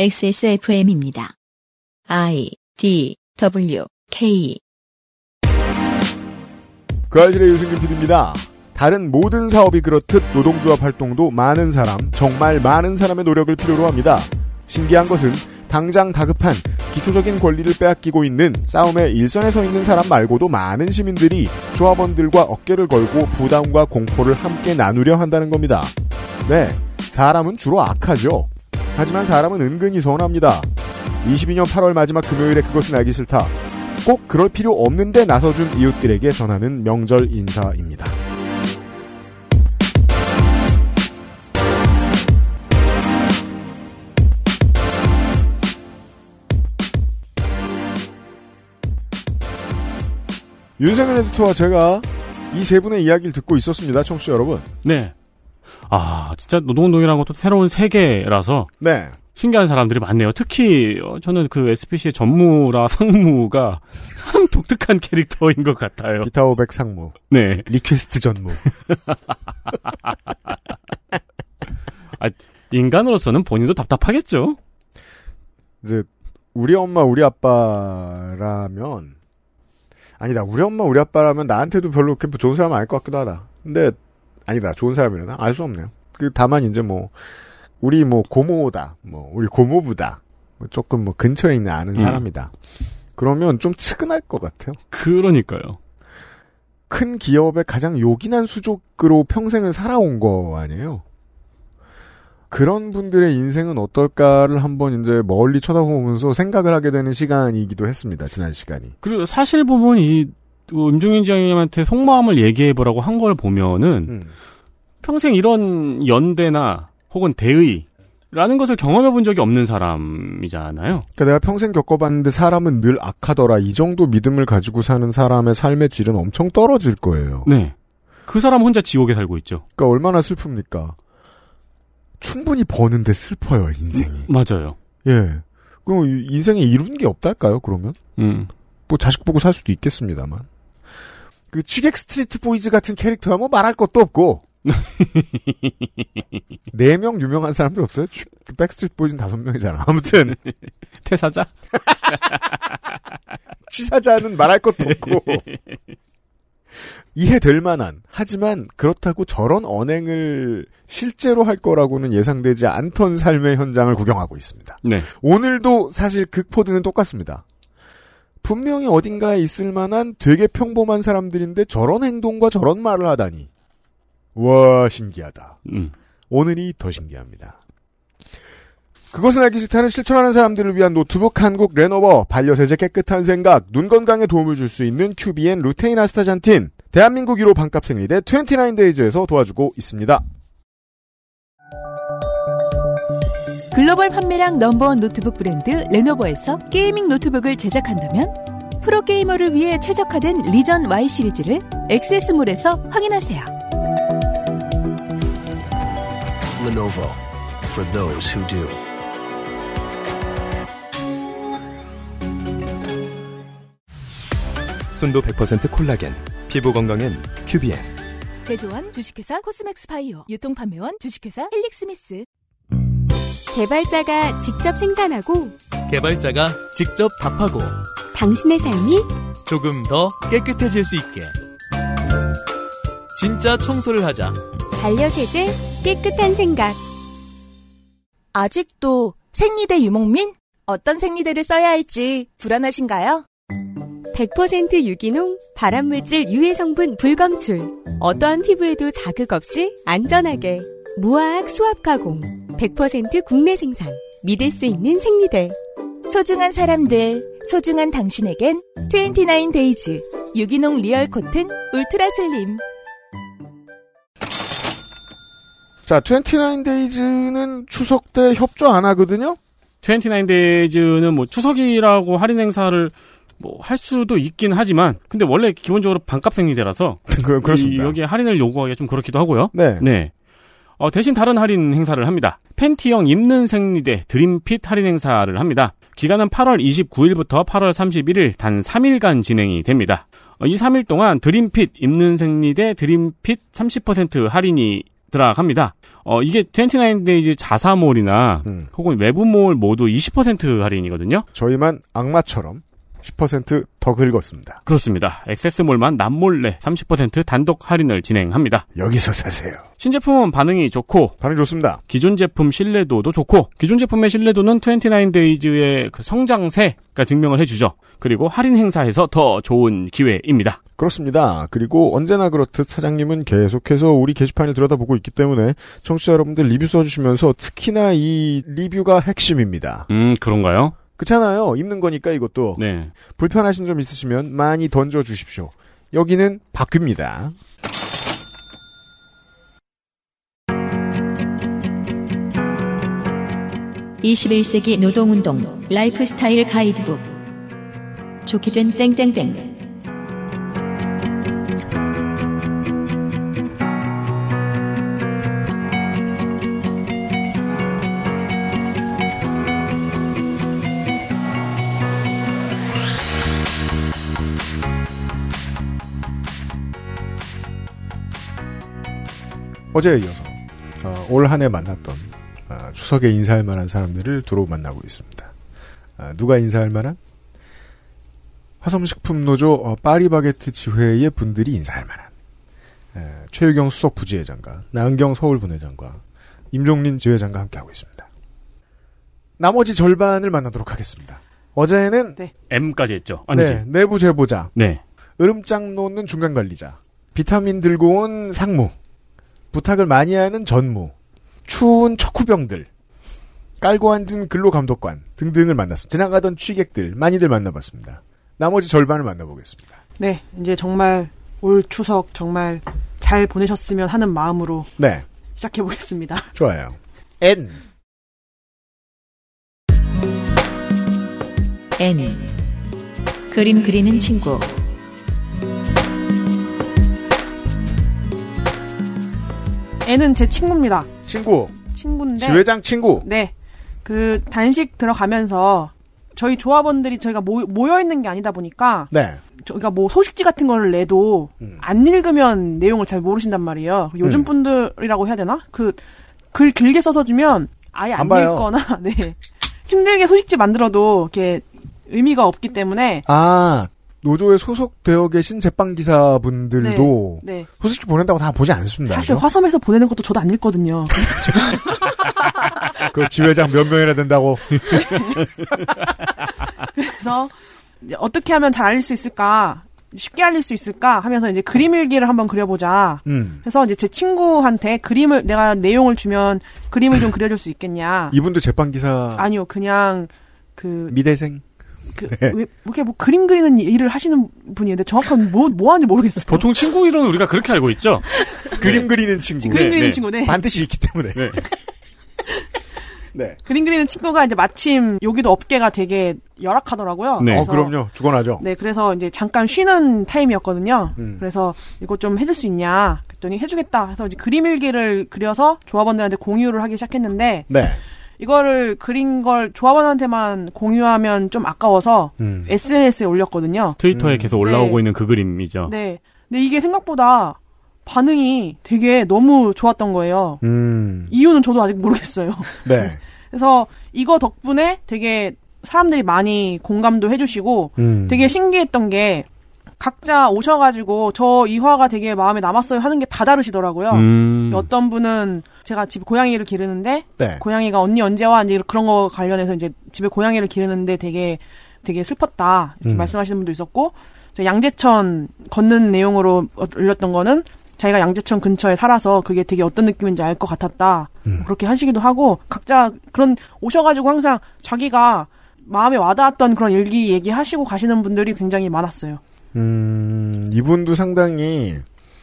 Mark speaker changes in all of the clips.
Speaker 1: XSFM입니다. I D W K
Speaker 2: 그 아실의 유승균 PD입니다. 다른 모든 사업이 그렇듯 노동조합 활동도 많은 사람, 정말 많은 사람의 노력을 필요로 합니다. 신기한 것은 당장 다급한 기초적인 권리를 빼앗기고 있는 싸움의 일선에 서 있는 사람 말고도 많은 시민들이 조합원들과 어깨를 걸고 부담과 공포를 함께 나누려 한다는 겁니다. 네, 사람은 주로 악하죠. 하지만 사람은 은근히 선합니다. 22년 8월 마지막 금요일에 그것은 알기 싫다. 꼭 그럴 필요 없는데 나서준 이웃들에게 전하는 명절 인사입니다. 윤세민 에디터와 제가 이 세 분의 이야기를 듣고 있었습니다, 청취자 여러분.
Speaker 3: 네. 아, 진짜 노동운동이라는 것도 새로운 세계라서
Speaker 2: 네.
Speaker 3: 신기한 사람들이 많네요. 특히 어, 저는 그 SPC의 전무라 상무가 참 독특한 캐릭터인 것 같아요.
Speaker 2: 기타오백 상무,
Speaker 3: 네.
Speaker 2: 리퀘스트 전무.
Speaker 3: 인간으로서는 본인도 답답하겠죠?
Speaker 2: 이제 우리 엄마 우리 아빠라면 아니다 우리 엄마 우리 아빠라면 나한테도 별로 그렇게 좋은 사람 은 아닐 것 같기도 하다 근데 아니다 좋은 사람이라나 알 수 없네요 그 다만 이제 뭐 우리 뭐 고모다 뭐 우리 고모부다 뭐 조금 뭐 근처에 있는 아는
Speaker 3: 음.
Speaker 2: 사람이다 그러면 좀 측은할 것 같아요
Speaker 3: 그러니까요.
Speaker 2: 큰 기업의 가장 요긴한 수족으로 평생을 살아온 거 아니에요 그런 분들의 인생은 어떨까를 한번 이제 멀리 쳐다보면서 생각을 하게 되는 시간이기도 했습니다 지난 시간이
Speaker 3: 그리고 사실 보면 이 어, 음종인장님한테 속마음을 얘기해보라고 한 걸 보면은
Speaker 2: 음.
Speaker 3: 평생 이런 연대나 혹은 대의라는 것을 경험해본 적이 없는 사람이잖아요.
Speaker 2: 그러니까 내가 평생 겪어봤는데 사람은 늘 악하더라 이 정도 믿음을 가지고 사는 사람의 삶의 질은 엄청 떨어질 거예요.
Speaker 3: 네. 그 사람 혼자 지옥에 살고 있죠.
Speaker 2: 그러니까 얼마나 슬픕니까? 충분히 버는데 슬퍼요 인생이.
Speaker 3: 맞아요.
Speaker 2: 예. 그럼 이- 인생에 이룬 게 없달까요? 그러면
Speaker 3: 음.
Speaker 2: 뭐 자식 보고 살 수도 있겠습니다만. 그 취객 스트리트 보이즈 같은 캐릭터야 뭐 말할 것도 없고. 네 명 유명한 사람들 없어요? 취- 그 백스트리트 보이즈는 다섯 명이잖아. 아무튼
Speaker 3: 퇴사자?
Speaker 2: 취사자는 말할 것도 없고 이해될 만한 하지만 그렇다고 저런 언행을 실제로 할 거라고는 예상되지 않던 삶의 현장을 구경하고 있습니다.
Speaker 3: 네.
Speaker 2: 오늘도 사실 극포드는 똑같습니다. 분명히 어딘가에 있을 만한 되게 평범한 사람들인데 저런 행동과 저런 말을 하다니 와 신기하다.
Speaker 3: 음.
Speaker 2: 오늘이 더 신기합니다. 그것은 알기 싫다는 실천하는 사람들을 위한 노트북 한국 레노버 반려세제 깨끗한 생각 눈 건강에 도움을 줄 수 있는 큐비엔 루테인 아스타잔틴 대한민국 1호 반값 생리대 29데이즈에서 도와주고 있습니다.
Speaker 4: 글로벌 판매량 넘버원 노트북 브랜드 레노버에서 게이밍 노트북을 제작한다면 프로게이머를 위해 최적화된 리전 Y 시리즈를 액세스몰에서 확인하세요.
Speaker 5: Lenovo for those who do.
Speaker 6: 순도 100% 콜라겐 피부 건강엔 큐비엔
Speaker 4: 제조원 주식회사 코스맥스 바이오 유통판매원 주식회사 헬릭스미스
Speaker 7: 개발자가 직접 생산하고
Speaker 8: 개발자가 직접 답하고
Speaker 7: 당신의 삶이
Speaker 8: 조금 더 깨끗해질 수 있게 진짜 청소를 하자
Speaker 7: 반려세제 깨끗한 생각
Speaker 9: 아직도 생리대 유목민? 어떤 생리대를 써야 할지 불안하신가요?
Speaker 7: 100% 유기농 발암물질 유해 성분 불검출 어떠한 피부에도 자극 없이 안전하게 무화학 수압 가공 100% 국내 생산 믿을 수 있는 생리대
Speaker 4: 소중한 사람들 소중한 당신에겐 29 데이즈 유기농 리얼 코튼 울트라 슬림
Speaker 2: 자, 29데이즈는 추석 때 협조 안 하거든요?
Speaker 3: 29데이즈는 뭐 추석이라고 할인 행사를 뭐 할 수도 있긴 하지만 근데 원래 기본적으로 반값 생리대라서
Speaker 2: 그,
Speaker 3: 이- 여기에 할인을 요구하기가 좀 그렇기도 하고요.
Speaker 2: 네.
Speaker 3: 네. 어, 대신 다른 할인 행사를 합니다. 팬티형 입는 생리대 드림핏 할인 행사를 합니다. 기간은 8월 29일부터 8월 31일 단 3일간 진행이 됩니다. 어, 이 3일 동안 드림핏 입는 생리대 드림핏 30% 할인이 들어갑니다. 어, 이게 29데이즈 자사몰이나
Speaker 2: 음.
Speaker 3: 혹은 외부몰 모두 20% 할인이거든요.
Speaker 2: 저희만 악마처럼 10%더 긁었습니다.
Speaker 3: 그렇습니다. 액세스몰만 남몰래 30% 단독 할인을 진행합니다.
Speaker 2: 여기서 사세요.
Speaker 3: 신제품은 반응이 좋고
Speaker 2: 반응 좋습니다.
Speaker 3: 기존 제품 신뢰도도 좋고 기존 제품의 신뢰도는 29데이즈의 그 성장세가 증명을 해주죠. 그리고 할인 행사에서 더 좋은 기회입니다.
Speaker 2: 그렇습니다. 그리고 언제나 그렇듯 사장님은 계속해서 우리 게시판을 들여다보고 있기 때문에 청취자 여러분들 리뷰 써주시면서 특히나 이 리뷰가 핵심입니다.
Speaker 3: 음 그런가요?
Speaker 2: 그렇잖아요. 입는 거니까 이것도
Speaker 3: 네.
Speaker 2: 불편하신 점 있으시면 많이 던져 주십시오. 여기는 바뀝니다.
Speaker 1: 이 21세기 노동운동 라이프스타일 가이드북 좋게 된 땡땡땡
Speaker 2: 어제에 이어서 어, 올 한 해 만났던 아, 추석에 인사할 만한 사람들을 두루 만나고 있습니다. 아, 누가 인사할 만한? 화성식품노조 어, 파리바게트 지회의 분들이 인사할 만한 에, 최유경 수석 부지회장과 나은경 서울 분회장과 임종린 지회장과 함께하고 있습니다. 나머지 절반을 만나도록 하겠습니다. 어제는
Speaker 3: M까지 했죠. 아니지.
Speaker 2: 네, 내부 제보자
Speaker 3: 네.
Speaker 2: 으름장 놓는 중간 관리자, 비타민 들고 온 상무, 부탁을 많이 하는 전무, 추운 척후병들, 깔고 앉은 근로감독관 등등을 만났습니다. 지나가던 취객들 많이들 만나봤습니다. 나머지 절반을 만나보겠습니다.
Speaker 10: 네, 이제 정말 올 추석 정말 잘 보내셨으면 하는 마음으로
Speaker 2: 네,
Speaker 10: 시작해 보겠습니다.
Speaker 2: 좋아요. N
Speaker 1: N 그림 그리는 친구
Speaker 10: 애는 제 친구입니다.
Speaker 2: 친구,
Speaker 10: 친구인데
Speaker 2: 지회장 친구.
Speaker 10: 네. 그 단식 들어가면서 저희 조합원들이 저희가 모, 여 있는 게 아니다 보니까
Speaker 2: 네,
Speaker 10: 저희가 뭐 소식지 같은 거를 내도
Speaker 2: 음.
Speaker 10: 안 읽으면 내용을 잘 모르신단 말이에요. 요즘
Speaker 2: 음.
Speaker 10: 분들이라고 해야 되나? 그 글 길게 써서 주면 아예
Speaker 2: 안
Speaker 10: 안
Speaker 2: 봐요.
Speaker 10: 읽거나 네. 힘들게 소식지 만들어도 이렇게 의미가 없기 때문에
Speaker 2: 아 노조에 소속되어 계신 제빵 기사분들도
Speaker 10: 네.
Speaker 2: 소식지 보낸다고 다 보지
Speaker 3: 네.
Speaker 2: 않습니다.
Speaker 10: 사실
Speaker 2: 그죠?
Speaker 10: 화섬에서 보내는 것도 저도 안 읽거든요.
Speaker 2: 그 지회장 몇 명이나 된다고.
Speaker 10: 그래서 이제 어떻게 하면 잘 알릴 수 있을까, 쉽게 알릴 수 있을까 하면서 이제 그림 일기를 한번 그려보자.
Speaker 2: 음.
Speaker 10: 그래서 이제 제 친구한테 그림을 내가 내용을 주면 그림을 좀 그려줄 수
Speaker 3: 아.
Speaker 10: 있겠냐.
Speaker 2: 이분도 제빵 기사
Speaker 10: 아니요, 그냥 그,
Speaker 2: 미대생.
Speaker 10: 그
Speaker 3: 네.
Speaker 10: 왜, 이렇게 뭐 그림 그리는 일을 하시는 분이는데 정확한 뭐, 뭐 하는지 모르겠어요.
Speaker 3: 보통 친구 이름은 우리가 그렇게 알고 있죠.
Speaker 2: 그림 그리는 친구.
Speaker 10: 네. 그림
Speaker 3: 네,
Speaker 10: 그리는
Speaker 3: 네.
Speaker 10: 친구네.
Speaker 2: 반드시 있기 때문에.
Speaker 3: 네.
Speaker 2: 네.
Speaker 10: 그림 그리는 친구가 이제 마침 여기도 업계가 되게 열악하더라고요.
Speaker 3: 네.
Speaker 2: 어,
Speaker 10: 그래서
Speaker 2: 그럼요. 죽어나죠.
Speaker 10: 네, 그래서 이제 잠깐 쉬는 타임이었거든요.
Speaker 2: 음.
Speaker 10: 그래서 이것 좀 해줄 수 있냐? 그랬더니 해주겠다. 해서 이제 그림 일기를 그려서 조합원들한테 공유를 하기 시작했는데
Speaker 2: 네.
Speaker 10: 이거를 그린 걸 조합원한테만 공유하면 좀 아까워서
Speaker 2: 음.
Speaker 10: SNS에 올렸거든요.
Speaker 3: 트위터에
Speaker 2: 음.
Speaker 3: 계속 올라오고
Speaker 10: 네.
Speaker 3: 있는 그 그림이죠.
Speaker 10: 네, 근데 이게 생각보다 반응이 되게 너무 좋았던 거예요.
Speaker 2: 음.
Speaker 10: 이유는 저도 아직 모르겠어요.
Speaker 2: 네.
Speaker 10: 그래서 이거 덕분에 되게 사람들이 많이 공감도 해주시고
Speaker 2: 음.
Speaker 10: 되게 신기했던 게 각자 오셔가지고 저 이 화가 되게 마음에 남았어요 하는 게 다 다르시더라고요.
Speaker 3: 음.
Speaker 10: 어떤 분은 제가 집 고양이를 기르는데
Speaker 2: 네.
Speaker 10: 고양이가 언니 언제 와 이제 그런 거 관련해서 이제 집에 고양이를 기르는데 되게 되게 슬펐다 이렇게
Speaker 2: 음.
Speaker 10: 말씀하시는 분도 있었고 저 양재천 걷는 내용으로 어- 올렸던 거는 자기가 양재천 근처에 살아서 그게 되게 어떤 느낌인지 알 것 같았다
Speaker 2: 음.
Speaker 10: 그렇게 하시기도 하고 각자 그런 오셔가지고 항상 자기가 마음에 와닿았던 그런 일기 얘기하시고 가시는 분들이 굉장히 많았어요.
Speaker 2: 음, 이분도 상당히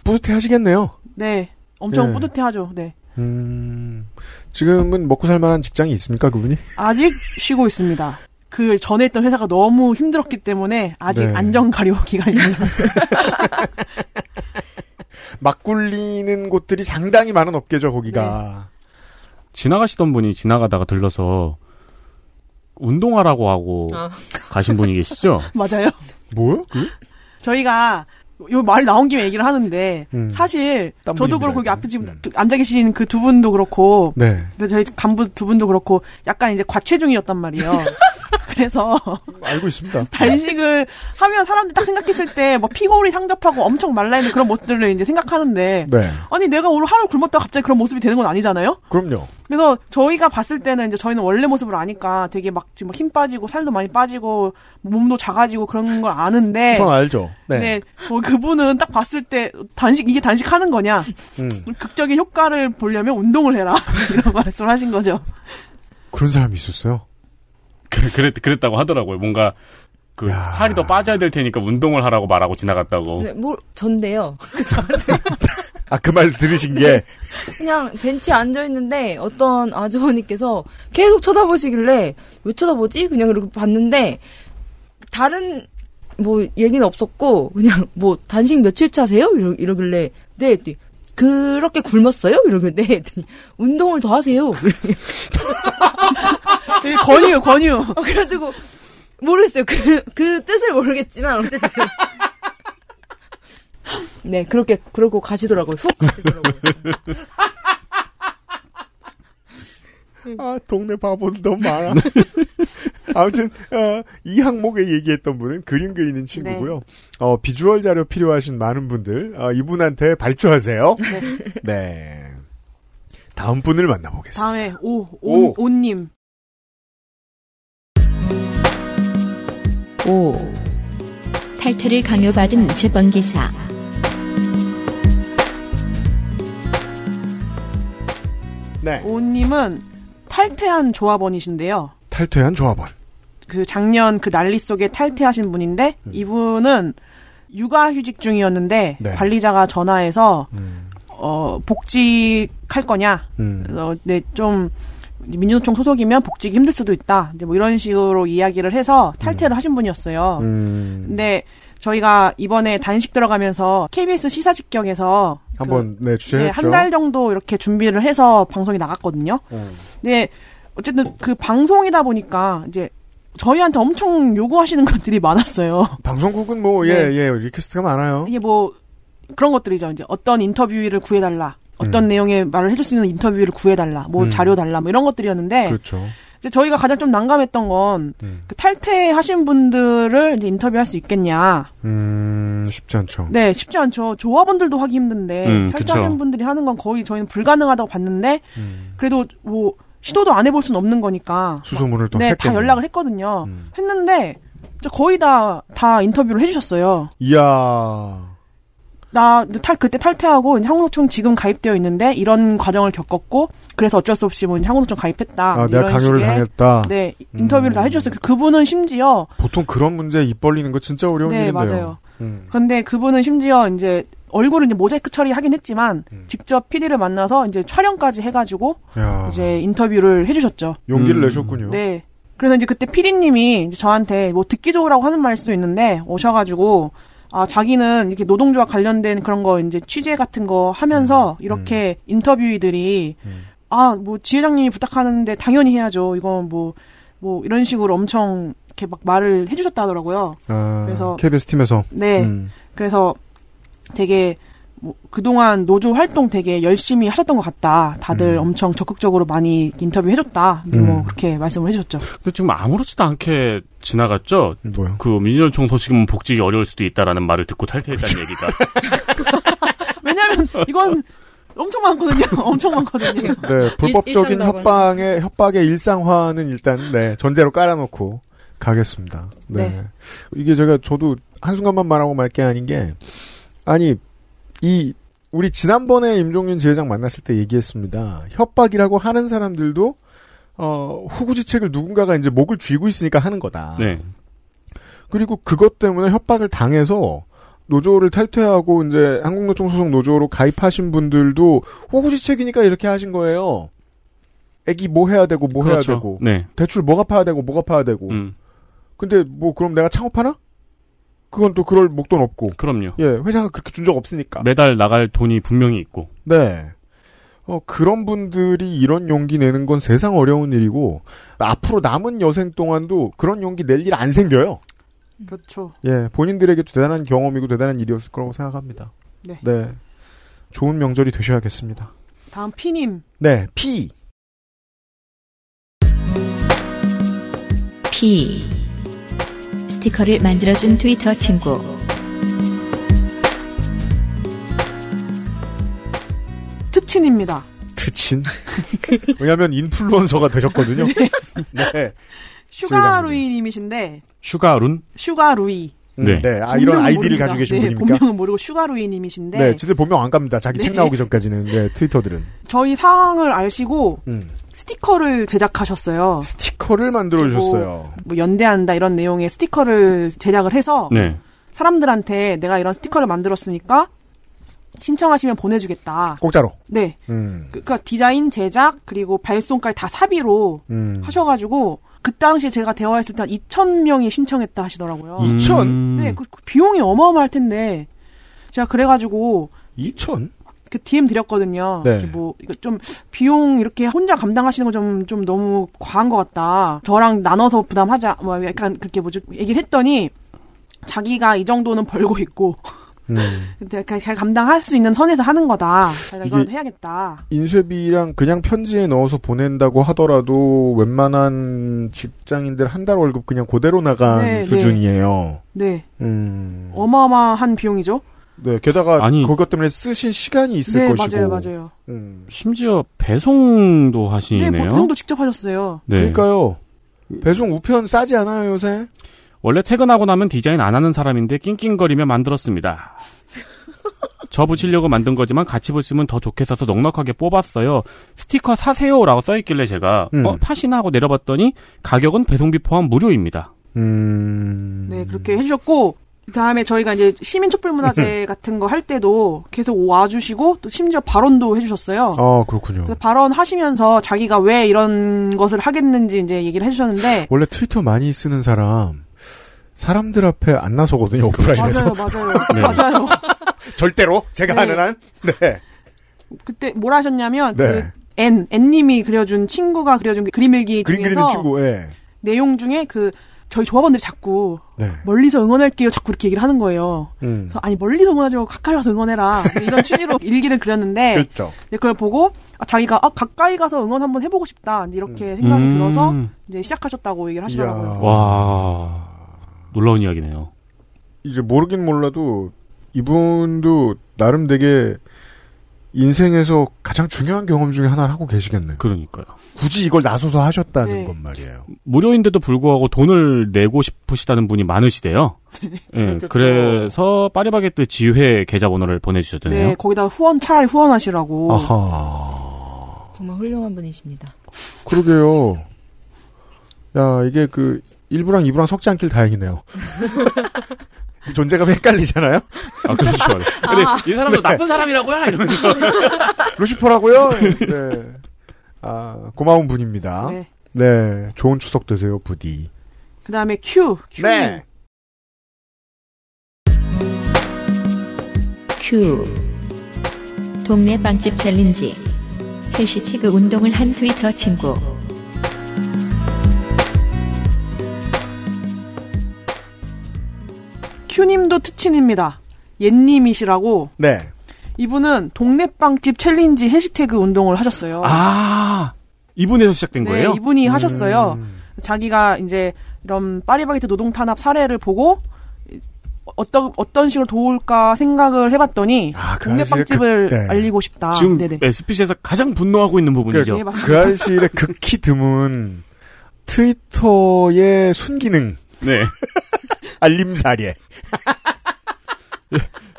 Speaker 2: 뿌듯해 하시겠네요.
Speaker 10: 네, 엄청
Speaker 2: 예.
Speaker 10: 뿌듯해하죠. 네,
Speaker 2: 음. 지금은 먹고 살 만한 직장이 있습니까, 그분이?
Speaker 10: 아직 쉬고 있습니다. 그 전에 했던 회사가 너무 힘들었기 때문에 아직
Speaker 2: 네.
Speaker 10: 안정 가려 기간입니다.
Speaker 2: 막 굴리는 곳들이 상당히 많은 업계죠, 거기가.
Speaker 3: 지나가시던 분이 지나가다가 들러서
Speaker 10: 아.
Speaker 3: 운동하라고 하고 가신 분이 계시죠.
Speaker 10: 맞아요.
Speaker 2: 뭐요? 그?
Speaker 10: 저희가 요 말이 나온 김에 얘기를 하는데
Speaker 2: 음.
Speaker 10: 사실
Speaker 2: 땀
Speaker 10: 저도
Speaker 2: 흘립니다, 음.
Speaker 10: 그렇고 여기
Speaker 2: 이거는.
Speaker 10: 앞에 지금 두- 앉아 계신 그 두 분도 그렇고
Speaker 2: 네.
Speaker 10: 그 저희 간부 두 분도 그렇고 약간 이제 과체중이었단 말이에요. 그래서
Speaker 2: 알고 있습니다.
Speaker 10: 단식을 하면 사람들이 딱 생각했을 때 뭐 피골이 상접하고 엄청 말라 있는 그런 모습들을 이제 생각하는데
Speaker 2: 네.
Speaker 10: 아니 내가 오늘 하루 굶었다가 갑자기 그런 모습이 되는 건 아니잖아요.
Speaker 2: 그럼요.
Speaker 10: 그래서 저희가 봤을 때는 이제 저희는 원래 모습을 아니까 되게 막 지금 막힘 빠지고 살도 많이 빠지고 몸도 작아지고 그런 걸 아는데
Speaker 2: 전 알죠. 네.
Speaker 10: 네. 뭐 그분은 딱 봤을 때 단식 이게 단식하는 거냐
Speaker 2: 음.
Speaker 10: 극적인 효과를 보려면 운동을 해라 이런 말씀을 하신 거죠.
Speaker 2: 그런 사람이 있었어요.
Speaker 3: 그랬, 그랬다고 하더라고요. 뭔가 그 살이 더 빠져야 될 테니까 운동을 하라고 말하고 지나갔다고.
Speaker 11: 네, 뭐 전데요.
Speaker 2: 아, 그 말 들으신 게.
Speaker 11: 그냥 벤치에 앉아있는데 어떤 아주머니께서 계속 쳐다보시길래 왜 쳐다보지? 그냥 이렇게 봤는데 다른 뭐 얘기는 없었고 그냥 뭐 단식 며칠 차세요? 이러, 이러길래 네 했더니 그렇게 굶었어요? 이러길래 네 했더니 운동을 더 하세요.
Speaker 10: 되게 권유, 권유.
Speaker 11: 어, 그래가지고 모르겠어요. 그, 그 뜻을 모르겠지만 어쨌든 네 그렇게 그러고 가시더라고요. 훅 가시더라고요.
Speaker 2: 아, 동네 바보들 너무 많아. 아무튼, 어, 이 항목에 얘기했던 분은 그림 그리는
Speaker 10: 네.
Speaker 2: 친구고요. 어, 비주얼 자료 필요하신 많은 분들, 어, 이분한테 발주하세요. 네. 다음 분을 만나보겠습니다.
Speaker 10: 다음에 오,
Speaker 2: 오.
Speaker 10: 온, 온님.
Speaker 1: 5. 탈퇴를 강요받은 재번기사.
Speaker 2: 네.
Speaker 10: 온님은 탈퇴한 조합원이신데요.
Speaker 2: 탈퇴한 조합원.
Speaker 10: 그 작년 그 난리 속에 탈퇴하신 분인데 이분은 육아휴직 중이었는데
Speaker 2: 음. 네. 음.
Speaker 10: 관리자가 전화해서 어 복직할 거냐 어, 네, 좀 민주노총 소속이면 복직이 힘들 수도 있다. 이제 뭐 이런 식으로 이야기를 해서 탈퇴를
Speaker 2: 음.
Speaker 10: 하신 분이었어요. 근데 저희가 이번에 단식 들어가면서 KBS 시사 직격에서
Speaker 2: 한번, 네, 주제했죠.
Speaker 10: 한 달 정도 이렇게 준비를 해서 방송이 나갔거든요.
Speaker 2: 음.
Speaker 10: 근데 어쨌든 그 방송이다 보니까 이제 저희한테 엄청 요구하시는 것들이 많았어요.
Speaker 2: 방송국은 뭐, 예,
Speaker 10: 네.
Speaker 2: 예, 리퀘스트가 많아요.
Speaker 10: 이게 뭐 그런 것들이죠. 이제 어떤 인터뷰를 구해달라, 어떤 내용의 말을 해줄 수 있는 인터뷰를 구해달라, 뭐
Speaker 2: 음.
Speaker 10: 자료 달라, 뭐 이런 것들이었는데
Speaker 2: 그렇죠. 네.
Speaker 10: 이제 저희가 가장 좀 난감했던 건 그 탈퇴하신 분들을 이제 인터뷰할 수 있겠냐.
Speaker 2: 음, 쉽지 않죠.
Speaker 10: 네, 쉽지 않죠. 조합원들도 하기 힘든데
Speaker 2: 음,
Speaker 10: 탈퇴하신
Speaker 2: 그쵸.
Speaker 10: 분들이 하는 건 거의 저희는 불가능하다고 봤는데
Speaker 2: 음.
Speaker 10: 그래도 뭐 시도도 안 해볼 수는 없는 거니까.
Speaker 2: 수소문을 또
Speaker 10: 네,
Speaker 2: 했겠네.
Speaker 10: 다 연락을 했거든요.
Speaker 2: 음.
Speaker 10: 했는데 진짜 거의 다 다 인터뷰를 해주셨어요. 아,
Speaker 2: 이야.
Speaker 10: 나 탈 그때 탈퇴하고 이제 한국노총 지금 가입되어 있는데 이런 과정을 겪었고 그래서 어쩔 수 없이 뭐 이제 한국노총 가입했다.
Speaker 2: 아,
Speaker 10: 뭐
Speaker 2: 내가
Speaker 10: 이런
Speaker 2: 강요를
Speaker 10: 식의,
Speaker 2: 당했다. 음.
Speaker 10: 네 인터뷰를 다 해주셨어요. 그분은 심지어
Speaker 2: 보통 그런 문제 입 벌리는 거 진짜 어려운
Speaker 10: 네,
Speaker 2: 일인데요.
Speaker 10: 맞아요.
Speaker 2: 음.
Speaker 10: 그런데 그분은 심지어 이제 얼굴을 이제 모자이크 처리하긴 했지만 직접 PD를 만나서 이제 촬영까지 해가지고
Speaker 2: 야,
Speaker 10: 이제 인터뷰를 해주셨죠.
Speaker 2: 용기를 내셨군요.
Speaker 10: 네. 그래서 이제 그때 PD님이 저한테 뭐 듣기 좋으라고 하는 말 수도 있는데 오셔가지고 아 자기는 이렇게 노동조합 관련된 그런 거 이제 취재 같은 거 하면서 이렇게 인터뷰이들이 아 뭐 지회장님이 부탁하는데 당연히 해야죠. 이건 뭐 뭐 이런 식으로 엄청 이렇게 막 말을 해주셨다 하더라고요.
Speaker 2: 아,
Speaker 10: 그래서-
Speaker 2: KBS 팀에서.
Speaker 10: 네.
Speaker 2: 음.
Speaker 10: 그래서 되게 뭐 그동안 노조 활동 되게 열심히 하셨던 것 같다.
Speaker 2: 음.
Speaker 10: 다들 엄청 적극적으로 많이 인터뷰 해줬다. 뭐
Speaker 3: 음.
Speaker 10: 그렇게 말씀을 해주셨죠.
Speaker 3: 근데 지금 아무렇지도 않게 지나갔죠?
Speaker 2: 뭐요?
Speaker 3: 그 민주노총 소식은 복직이 어려울 수도 있다라는 말을 듣고
Speaker 2: 그렇죠.
Speaker 3: 탈퇴했다는 얘기가.
Speaker 10: 왜냐면 이건 엄청 많거든요. 엄청 많거든요.
Speaker 2: 네, 불법적인 협박의 협박의 일상화는 일단 네 전제로 깔아놓고 가겠습니다. 네.
Speaker 10: 네.
Speaker 2: 이게 제가 저도 한 순간만 말하고 말 게 아닌 게 아니 이 우리 지난번에 임종윤 지회장 만났을 때 얘기했습니다. 협박이라고 하는 사람들도 어 후구지책을 누군가가 이제 목을 쥐고 있으니까 하는 거다.
Speaker 3: 네.
Speaker 2: 그리고 그것 때문에 협박을 당해서 노조를 탈퇴하고 이제 한국노총 소속 노조로 가입하신 분들도 호구지책이니까 이렇게 하신 거예요. 애기 뭐 해야 되고 뭐
Speaker 3: 그렇죠.
Speaker 2: 해야 되고
Speaker 3: 네.
Speaker 2: 대출 뭐 갚아야 되고 뭐 갚아야 되고
Speaker 3: 음.
Speaker 2: 근데 뭐 그럼 내가 창업하나? 그건 또 그럴 목돈 없고
Speaker 3: 그럼요.
Speaker 2: 예 회사가 그렇게 준 적 없으니까
Speaker 3: 매달 나갈 돈이 분명히 있고.
Speaker 2: 네. 어, 그런 분들이 이런 용기 내는 건 세상 어려운 일이고, 앞으로 남은 여생 동안도 그런 용기 낼 일 안 생겨요.
Speaker 10: 그렇죠.
Speaker 2: 예, 본인들에게도 대단한 경험이고 대단한 일이었을 거라고 생각합니다.
Speaker 10: 네.
Speaker 2: 좋은 명절이 되셔야겠습니다.
Speaker 10: 다음 피님.
Speaker 2: 네, 피.
Speaker 1: P 스티커를 만들어준 트위터 친구
Speaker 10: 트친입니다.
Speaker 2: 트친. 왜냐면 인플루언서가 되셨거든요. 네.
Speaker 10: 슈가루이님이신데
Speaker 3: 슈가룬?
Speaker 10: 슈가루이.
Speaker 2: 음, 네. 아, 이런
Speaker 10: 본명은
Speaker 2: 아이디를
Speaker 10: 모릅니다.
Speaker 2: 가지고 계신
Speaker 10: 네,
Speaker 2: 분입니까?
Speaker 10: 본명은 모르고 슈가루이님이신데
Speaker 2: 네, 진짜 본명 안 갑니다. 자기
Speaker 10: 네.
Speaker 2: 책 나오기 전까지는. 네, 트위터들은.
Speaker 10: 저희 상황을 아시고
Speaker 2: 음.
Speaker 10: 스티커를 제작하셨어요.
Speaker 2: 스티커를 만들어주셨어요.
Speaker 10: 뭐 연대한다 이런 내용의 스티커를 제작을 해서
Speaker 2: 네.
Speaker 10: 사람들한테 내가 이런 스티커를 만들었으니까 신청하시면 보내주겠다.
Speaker 2: 공짜로.
Speaker 10: 네.
Speaker 2: 음.
Speaker 10: 그, 그러니까 디자인 제작 그리고 발송까지 다 사비로
Speaker 2: 음.
Speaker 10: 하셔가지고 그 당시에 제가 대화했을 때 한 2천 명이 신청했다 하시더라고요.
Speaker 2: 2,000? 음.
Speaker 10: 네, 그, 그 비용이 어마어마할 텐데 제가 그래가지고
Speaker 2: 2천?
Speaker 10: 그 DM 드렸거든요.
Speaker 2: 네.
Speaker 10: 이렇게 뭐 이거 좀 비용 이렇게 혼자 감당하시는 거 좀 좀 너무 과한 것 같다. 저랑 나눠서 부담하자. 뭐 약간 그렇게 뭐죠 얘기를 했더니 자기가 이 정도는 벌고 있고 네.
Speaker 2: 음.
Speaker 10: 근데 가- 가- 감당할 수 있는 선에서 하는 거다. 자기가 이건
Speaker 2: 이게-
Speaker 10: 해야겠다.
Speaker 2: 인쇄비랑 그냥 편지에 넣어서 보낸다고 하더라도 웬만한 직장인들 한 달 월급 그냥 그대로 나간
Speaker 10: 네,
Speaker 2: 수준이에요.
Speaker 10: 네.
Speaker 2: 음.
Speaker 10: 어마어마한 비용이죠.
Speaker 2: 네, 게다가
Speaker 3: 아니.
Speaker 2: 그것 때문에 쓰신 시간이 있을
Speaker 10: 네,
Speaker 2: 것이고. 음.
Speaker 10: 맞아요, 맞아요.
Speaker 3: 심지어 배송도 하시네요.
Speaker 10: 네, 뭐 비용도 직접 하셨어요.
Speaker 3: 네.
Speaker 2: 그러니까요. 배송 우편 싸지 않아요, 요새?
Speaker 3: 원래 퇴근하고 나면 디자인 안 하는 사람인데 낑낑거리며 만들었습니다. 저 붙이려고 만든 거지만 같이 붙으면 더 좋게 써서 넉넉하게 뽑았어요. 스티커 사세요라고 써있길래 제가
Speaker 2: 음.
Speaker 3: 어, 팥이나 하고 내려봤더니 가격은 배송비 포함 무료입니다.
Speaker 2: 음.
Speaker 10: 네, 그렇게 해주셨고, 그 다음에 저희가 이제 시민촛불문화제 같은 거 할 때도 계속 와주시고, 또 심지어 발언도 해주셨어요.
Speaker 2: 아, 그렇군요.
Speaker 10: 그래서 발언하시면서 자기가 왜 이런 것을 하겠는지 이제 얘기를 해주셨는데,
Speaker 2: 원래 트위터 많이 쓰는 사람, 사람들 앞에 안 나서거든요, 오프라인에서.
Speaker 10: 맞아요, 맞아요.
Speaker 2: 네.
Speaker 10: 맞아요.
Speaker 2: 절대로, 제가
Speaker 10: 네.
Speaker 2: 하는 한. 네.
Speaker 10: 그때 뭐라 하셨냐면,
Speaker 2: 네.
Speaker 10: 그, N, N님이 그려준 친구가 그려준 그림일기
Speaker 2: 그림 그리는
Speaker 10: 중에서
Speaker 2: 친구, 예.
Speaker 10: 내용 중에 그, 저희 조합원들이 자꾸
Speaker 2: 네.
Speaker 10: 멀리서 응원할게요. 자꾸 이렇게 얘기를 하는 거예요.
Speaker 2: 음.
Speaker 10: 그래서 아니 멀리서 응원하지 말고 가까이 와서 응원해라 뭐 이런 취지로 일기를 그렸는데
Speaker 2: 그렇죠.
Speaker 10: 이제 그걸 보고 아, 자기가 아, 가까이 가서 응원 한번 해보고 싶다 이제 이렇게 생각이
Speaker 3: 음.
Speaker 10: 들어서 이제 시작하셨다고 얘기를 하시더라고요.
Speaker 3: 와 놀라운 이야기네요.
Speaker 2: 이제 모르긴 몰라도, 이분도 나름 되게, 인생에서 가장 중요한 경험 중에 하나를 하고 계시겠네요.
Speaker 3: 그러니까요.
Speaker 2: 굳이 이걸 나서서 하셨다는 건 말이에요.
Speaker 3: 무료인데도 불구하고 돈을 내고 싶으시다는 분이 많으시대요. 예,
Speaker 10: 그렇겠죠.
Speaker 3: 그래서 파리바게뜨 지회 계좌번호를 보내주셨잖아요.
Speaker 10: 네 거기다가 후원 차라리 후원하시라고.
Speaker 11: 정말 훌륭한 분이십니다.
Speaker 2: 그러게요. 야, 이게 그, 1부랑 2부랑 섞지 않길 다행이네요. 이 존재감이 헷갈리잖아요?
Speaker 3: 아, 그렇죠. 근데 이 사람도 나쁜 사람이라고요? 이러면서.
Speaker 2: 루시퍼라고요? 네. 아, 고마운 분입니다.
Speaker 10: 네.
Speaker 2: 네. 좋은 추석 되세요, 부디.
Speaker 10: 그다음에 Q, Q
Speaker 3: 네.
Speaker 1: Q 동네 빵집 챌린지 해시태그 운동을 한 트위터 친구
Speaker 10: Q님도 특친입니다. 옛님이시라고
Speaker 2: 네.
Speaker 10: 이분은 동네 빵집 챌린지 해시태그 운동을 하셨어요.
Speaker 3: 아, 이분에서 시작된
Speaker 10: 네,
Speaker 3: 거예요?
Speaker 2: 음.
Speaker 10: 이분이 하셨어요. 자기가 이제 이런 파리바게트 노동 탄압 사례를 보고 이- 어떤 어떤 식으로 도울까 생각을 해봤더니 동네
Speaker 2: 아저씨의
Speaker 10: 빵집을
Speaker 2: 그- 네.
Speaker 10: 알리고 싶다.
Speaker 3: 지금
Speaker 10: 아, 네네.
Speaker 3: SPC에서 가장 분노하고 있는 부분이죠.
Speaker 10: 네, 맞-
Speaker 2: 그 알실의 극히 드문 트위터의 순기능.
Speaker 3: 네.
Speaker 2: 알림 사례.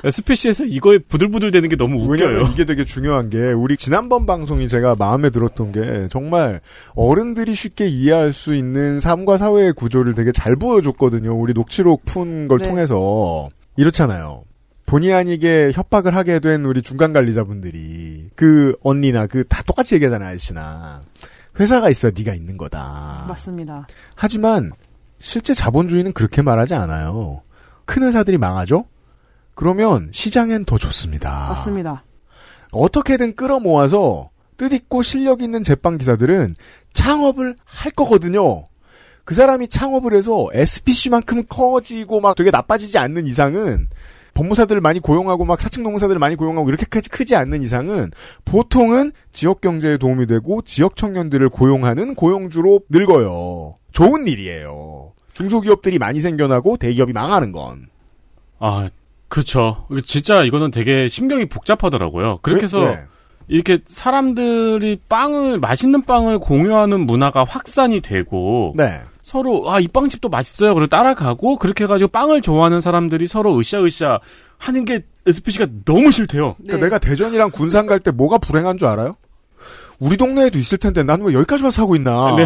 Speaker 3: SPC에서 이거에 부들부들 되는 게 너무
Speaker 2: 왜냐면
Speaker 3: 웃겨요.
Speaker 2: 이게 되게 중요한 게 우리 지난번 방송이 제가 마음에 들었던 게 정말 어른들이 쉽게 이해할 수 있는 삶과 사회의 구조를 되게 잘 보여줬거든요. 우리 녹취록 푼 걸
Speaker 10: 네.
Speaker 2: 통해서 이렇잖아요. 본의 아니게 협박을 하게 된 우리 중간 관리자분들이 그 언니나 그 다 똑같이 얘기하잖아요, 아저씨나. 회사가 있어야 네가 있는 거다.
Speaker 10: 맞습니다.
Speaker 2: 하지만 실제 자본주의는 그렇게 말하지 않아요. 큰 회사들이 망하죠? 그러면 시장엔 더 좋습니다.
Speaker 10: 맞습니다.
Speaker 2: 어떻게든 끌어모아서 뜻있고 실력 있는 제빵 기사들은 창업을 할 거거든요. 그 사람이 창업을 해서 SPC만큼 커지고 막 되게 나빠지지 않는 이상은 법무사들을 많이 고용하고 막 사측 농사들을 많이 고용하고 이렇게까지 크지 않는 이상은 보통은 지역 경제에 도움이 되고 지역 청년들을 고용하는 고용주로 늙어요. 좋은 일이에요. 중소기업들이 많이 생겨나고 대기업이 망하는 건.
Speaker 3: 아, 그쵸. 진짜 이거는 되게 심경이 복잡하더라고요. 그렇게 해서
Speaker 2: 네.
Speaker 3: 이렇게 사람들이 빵을, 맛있는 빵을 공유하는 문화가 확산이 되고.
Speaker 2: 네.
Speaker 3: 서로, 아, 이 빵집도 맛있어요. 그리고 따라가고, 그렇게 해가지고 빵을 좋아하는 사람들이 서로 으쌰으쌰 하는 게 SPC가 너무 싫대요.
Speaker 2: 그러니까
Speaker 10: 네.
Speaker 2: 내가 대전이랑 군산 갈 때 뭐가 불행한 줄 알아요? 우리 동네에도 있을 텐데 난 왜 여기까지 와서 하고 있나.
Speaker 3: 네.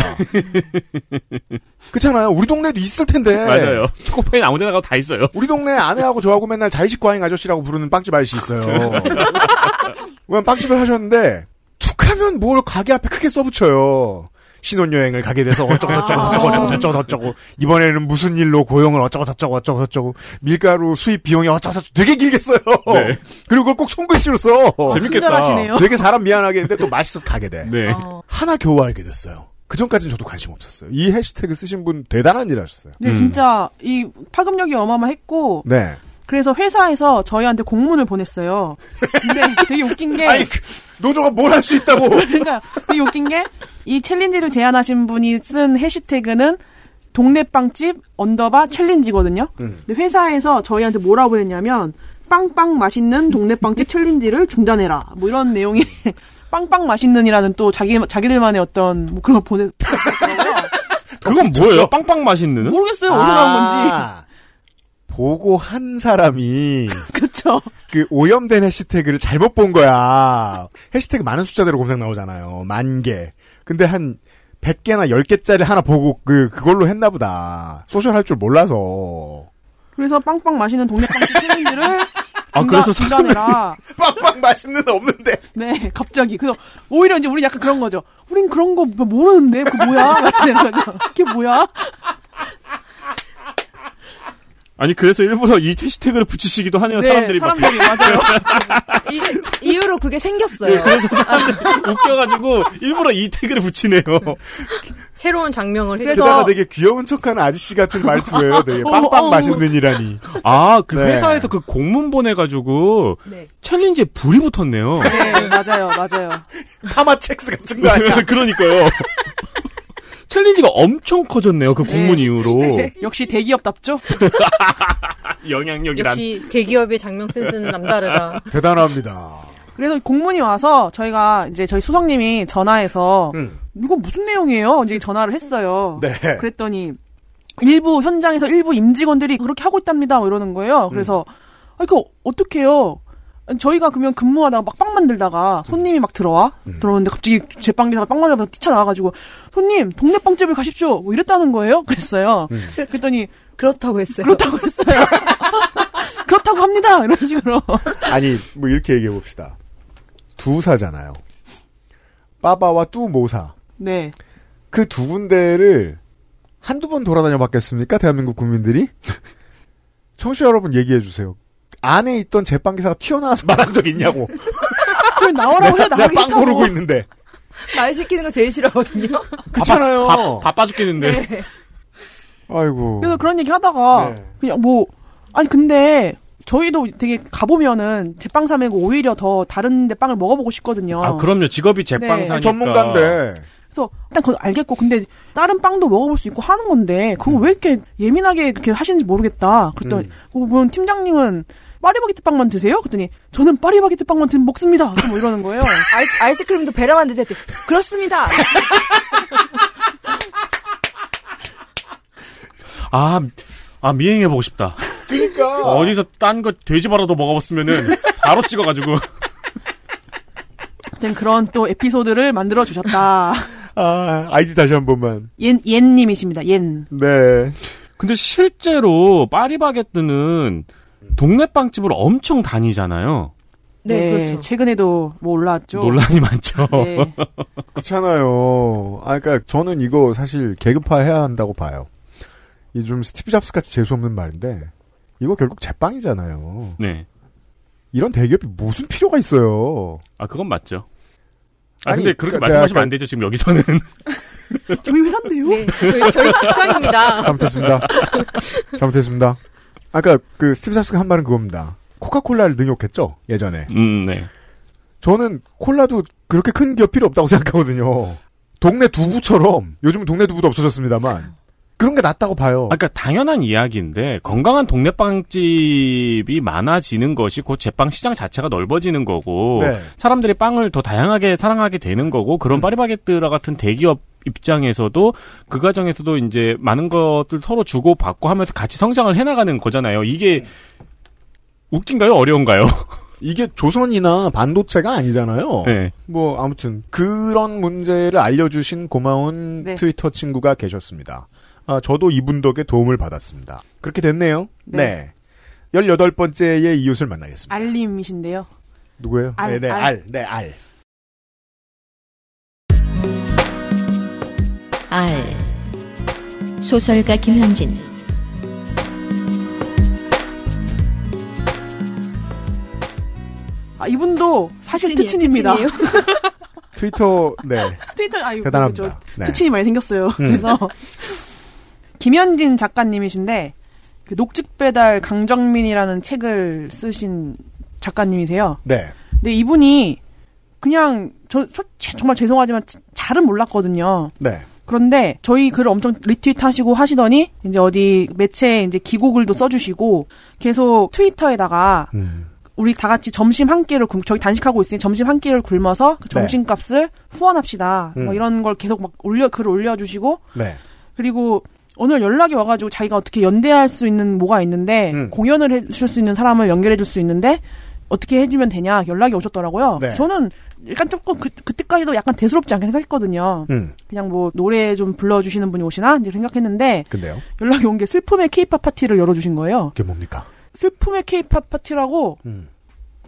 Speaker 2: 그렇잖아요. 우리 동네에도 있을 텐데.
Speaker 3: 맞아요. 초코파인 아무 데나 가도 다 있어요.
Speaker 2: 우리 동네 아내하고 저하고 맨날 자의식 과잉 아저씨라고 부르는 빵집 아저씨 있어요. 왜 빵집을 하셨는데 툭 하면 뭘 가게 앞에 크게 써붙여요. 신혼여행을 가게 돼서 어쩌고 저쩌고 어쩌고 저쩌고 저쩌고 저쩌고 이번에는 무슨 일로 고용을 어쩌고 저쩌고 어쩌고 저쩌고 밀가루 수입 비용이 어쩌고 저쩌고 되게 길게 써요.
Speaker 3: 네.
Speaker 2: 그리고 그걸 꼭 손글씨로 써.
Speaker 10: 아,
Speaker 3: 재밌겠다. 친절하시네요.
Speaker 2: 되게 사람 미안하게 했는데 또 맛있어서 가게 돼.
Speaker 3: 네.
Speaker 2: 하나 겨우 알게 됐어요. 그전까지는 저도 관심 없었어요. 이 해시태그 쓰신 분 대단한 일 하셨어요.
Speaker 10: 네, 진짜 이 파급력이 어마어마했고
Speaker 2: 네.
Speaker 10: 그래서 회사에서 저희한테 공문을 보냈어요. 근데 되게 웃긴 게
Speaker 2: 그, 노조가 뭘 할 수 있다고.
Speaker 10: 그러니까 되게 웃긴 게 이 챌린지를 제안하신 분이 쓴 해시태그는 동네 빵집 언더바 챌린지거든요.
Speaker 12: 음.
Speaker 10: 근데 회사에서 저희한테 뭐라고 보냈냐면 빵빵 맛있는 동네 빵집 챌린지를 중단해라. 뭐 이런 내용이 빵빵 맛있는이라는 또 자기 자기들만의 어떤 뭐 그런 걸 보내
Speaker 3: 그건 뭐예요? 빵빵 맛있는?
Speaker 10: 모르겠어요. 어디서 나온 건지.
Speaker 2: 아, 보고 한 사람이
Speaker 10: 그쵸.
Speaker 2: 그 오염된 해시태그를 잘못 본 거야. 해시태그 많은 숫자대로 검색 나오잖아요. 만 개. 근데 한 100개나 10개짜리 하나 보고 그 그걸로 했나 보다. 소셜 할 줄 몰라서.
Speaker 10: 그래서 빵빵 맛있는 동네 빵집 챌린지를
Speaker 2: 아,
Speaker 10: 중단-
Speaker 2: 그래서
Speaker 10: 중단해라.
Speaker 2: 빵빵 맛있는 없는데.
Speaker 10: 네, 갑자기. 그래서 오히려 이제 우리 약간 그런 거죠. 우린 그런 거 모르는데 그 뭐야? 이렇게 되는 거죠. 그게 뭐야?
Speaker 3: 아니, 그래서 일부러 이 해시태그를 붙이시기도 하네요,
Speaker 11: 네,
Speaker 3: 사람들이 막.
Speaker 11: 사람들이, 이, 이후로 그게 생겼어요.
Speaker 3: 웃겨가지고, 일부러 이 태그를 붙이네요.
Speaker 13: 새로운 장명을 해서
Speaker 2: 게다가
Speaker 3: 어.
Speaker 2: 되게 귀여운 척하는 아저씨 같은 말투예요. 되게
Speaker 11: 어,
Speaker 2: 빵빵 맛있는이라니.
Speaker 3: 아, 그
Speaker 2: 네.
Speaker 3: 회사에서 그 공문 보내가지고, 챌린지에 불이 붙었네요.
Speaker 10: 네, 맞아요, 맞아요.
Speaker 2: 파마첵스 같은
Speaker 3: 그러니까요. 챌린지가 엄청 커졌네요, 그 공문 이후로.
Speaker 10: 역시 대기업답죠?
Speaker 3: 영향력이란.
Speaker 13: 역시 대기업의 장명 센스는 남다르다.
Speaker 2: 대단합니다.
Speaker 10: 그래서 공문이 와서 저희가 이제 저희 수석님이 전화해서
Speaker 3: 음.
Speaker 10: 이거 무슨 내용이에요? 이제 전화를 했어요.
Speaker 2: 네.
Speaker 10: 그랬더니 일부 현장에서 일부 임직원들이 그렇게 하고 있답니다. 뭐 이러는
Speaker 2: 음.
Speaker 10: 거예요. 그래서 아 이거 어떡해요? 아니, 저희가 그러면 근무하다가 막 빵 만들다가 손님이 막 들어와
Speaker 2: 음.
Speaker 10: 들어오는데 갑자기 제빵기사가 빵 만들다가 뛰쳐나와가지고 손님 동네 빵집을 가십시오 뭐 이랬다는 거예요 그랬어요
Speaker 2: 음.
Speaker 10: 그랬더니
Speaker 11: 그렇다고 했어요
Speaker 10: 그렇다고 했어요 그렇다고 합니다 이런 식으로
Speaker 2: 아니 뭐 이렇게 얘기해 봅시다. 두사잖아요. 빠바와 뚜모사.
Speaker 10: 네
Speaker 2: 그 두 군데를 한두 번 돌아다녀 봤겠습니까? 대한민국 국민들이? 청취자 여러분 얘기해 주세요. 안에 있던 제빵기사가 튀어나와서 말한 적 있냐고.
Speaker 10: 저희 나오라고 해요
Speaker 2: 내가,
Speaker 10: 나오기
Speaker 2: 빵
Speaker 10: 싫다고
Speaker 2: 고르고 있는데.
Speaker 11: 말 시키는 거 제일 싫어하거든요.
Speaker 2: 그렇잖아요.
Speaker 3: 바빠 죽겠는데.
Speaker 2: 아이고.
Speaker 10: 그래서 그런 얘기 하다가
Speaker 2: 네.
Speaker 10: 그냥 뭐 아니 근데 저희도 되게 가보면은 제빵 사 메고 오히려 더 다른 데 빵을 먹어보고 싶거든요.
Speaker 3: 아, 그럼요. 직업이 제빵사니까.
Speaker 10: 네. 그래서 일단 그건 알겠고 근데 다른 빵도 먹어볼 수 있고 하는 건데 그거 왜 이렇게 예민하게 그렇게 하시는지 모르겠다. 그랬더니
Speaker 12: 음.
Speaker 10: 어, 뭐 팀장님은 파리바게트 빵만 드세요? 그랬더니 저는 파리바게트 빵만 드- 먹습니다. 뭐 이러는 거예요.
Speaker 11: 아이스, 아이스크림도 베라만 드세요. 그렇습니다.
Speaker 3: 아, 아, 미행해보고 싶다.
Speaker 2: 그러니까.
Speaker 3: 어디서 딴 거 돼지바라도 먹어봤으면은, 바로 찍어가지고.
Speaker 10: 하여튼 그런 또 에피소드를 만들어 주셨다.
Speaker 2: 아, 아이디 다시 한 번만.
Speaker 10: 옌 옌님이십니다. 옌.
Speaker 2: 네.
Speaker 3: 근데 실제로, 파리바게뜨는, 동네 빵집을 엄청 다니잖아요.
Speaker 10: 네, 그렇죠. 최근에도 뭐 올라왔죠.
Speaker 3: 논란이 많죠.
Speaker 10: 네.
Speaker 2: 그렇잖아요. 아, 그러니까 저는 이거 사실 계급화 해야 한다고 봐요. 이 좀 스티브 잡스 같이 재수없는 말인데 이거 결국 제빵이잖아요.
Speaker 3: 네.
Speaker 2: 이런 대기업이 무슨 필요가 있어요?
Speaker 3: 아, 그건 맞죠. 아,
Speaker 2: 아니,
Speaker 3: 근데 그렇게
Speaker 2: 그러니까 제가
Speaker 3: 말씀하시면
Speaker 2: 아까-
Speaker 3: 안 되죠, 지금 여기서는.
Speaker 10: 저희 회사인데요?
Speaker 13: 네, 저희, 저희 직장입니다.
Speaker 2: 잘못했습니다. 잘못했습니다. 아까 그 스티브 잡스가 한 말은 그겁니다. 코카콜라를 능욕했죠 예전에.
Speaker 3: 음, 네.
Speaker 2: 저는 콜라도 그렇게 큰 기업 필요 없다고 생각하거든요. 동네 두부처럼 요즘 동네 두부도 없어졌습니다만 그런 게 낫다고 봐요.
Speaker 3: 아까 그러니까 당연한 이야기인데 건강한 동네 빵집이 많아지는 것이 곧 제빵 시장 자체가 넓어지는 거고
Speaker 2: 네.
Speaker 3: 사람들이 빵을 더 다양하게 사랑하게 되는 거고 그런 파리바게뜨라 같은 대기업 입장에서도 그 과정에서도 이제 많은 것들 서로 주고 받고 하면서 같이 성장을 해나가는 거잖아요. 이게 웃긴가요? 어려운가요?
Speaker 2: 이게 조선이나 반도체가 아니잖아요.
Speaker 3: 네.
Speaker 2: 뭐 아무튼 그런 문제를 알려주신 고마운
Speaker 10: 네.
Speaker 2: 트위터 친구가 계셨습니다. 아, 저도 이분 덕에 도움을 받았습니다. 그렇게 됐네요. 네.
Speaker 10: 네.
Speaker 2: 18번째의 이웃을 만나겠습니다.
Speaker 10: 알림이신데요.
Speaker 2: 누구예요?
Speaker 10: 알,
Speaker 2: 네, 네,
Speaker 10: 알.
Speaker 2: 알. 네, 알.
Speaker 1: 알 소설가 김현진
Speaker 10: 아, 이분도 사실
Speaker 11: 특친이에요,
Speaker 10: 특친입니다.
Speaker 2: 트위터, 네.
Speaker 10: 트위터 아유
Speaker 2: 대단합니다.
Speaker 10: 저그
Speaker 2: 네.
Speaker 10: 특친이 많이 생겼어요.
Speaker 2: 음.
Speaker 10: 그래서 김현진 작가님이신데 그 녹즙 배달 강정민이라는 책을 쓰신 작가님이세요.
Speaker 2: 네.
Speaker 10: 근데 이분이 그냥 저, 저- 제- 정말 죄송하지만 지- 잘은 몰랐거든요.
Speaker 2: 네.
Speaker 10: 그런데 저희 글을 엄청 리트윗하시고 하시더니 이제 어디 매체에 이제 기고글도 써주시고 계속 트위터에다가 우리 다 같이 점심 한 끼를 굶, 저희 단식하고 있으니 점심 한 끼를 굶어서 그 점심값을 후원합시다.
Speaker 2: 음.
Speaker 10: 뭐 이런 걸 계속 막 올려 글을 올려주시고
Speaker 2: 네.
Speaker 10: 그리고 오늘 연락이 와가지고 자기가 어떻게 연대할 수 있는 뭐가 있는데
Speaker 2: 음.
Speaker 10: 공연을 해줄 수 있는 사람을 연결해줄 수 있는데 어떻게 해주면 되냐 연락이 오셨더라고요.
Speaker 2: 네.
Speaker 10: 저는 약간 조금 그, 그때까지도 약간 대수롭지 않게 생각했거든요.
Speaker 2: 음.
Speaker 10: 그냥 뭐 노래 좀 불러주시는 분이 오시나 이제 생각했는데
Speaker 2: 근데요.
Speaker 10: 연락이 온 게 슬픔의 케이팝 파티를 열어주신 거예요.
Speaker 2: 그게 뭡니까?
Speaker 10: 슬픔의 케이팝 파티라고
Speaker 2: 음.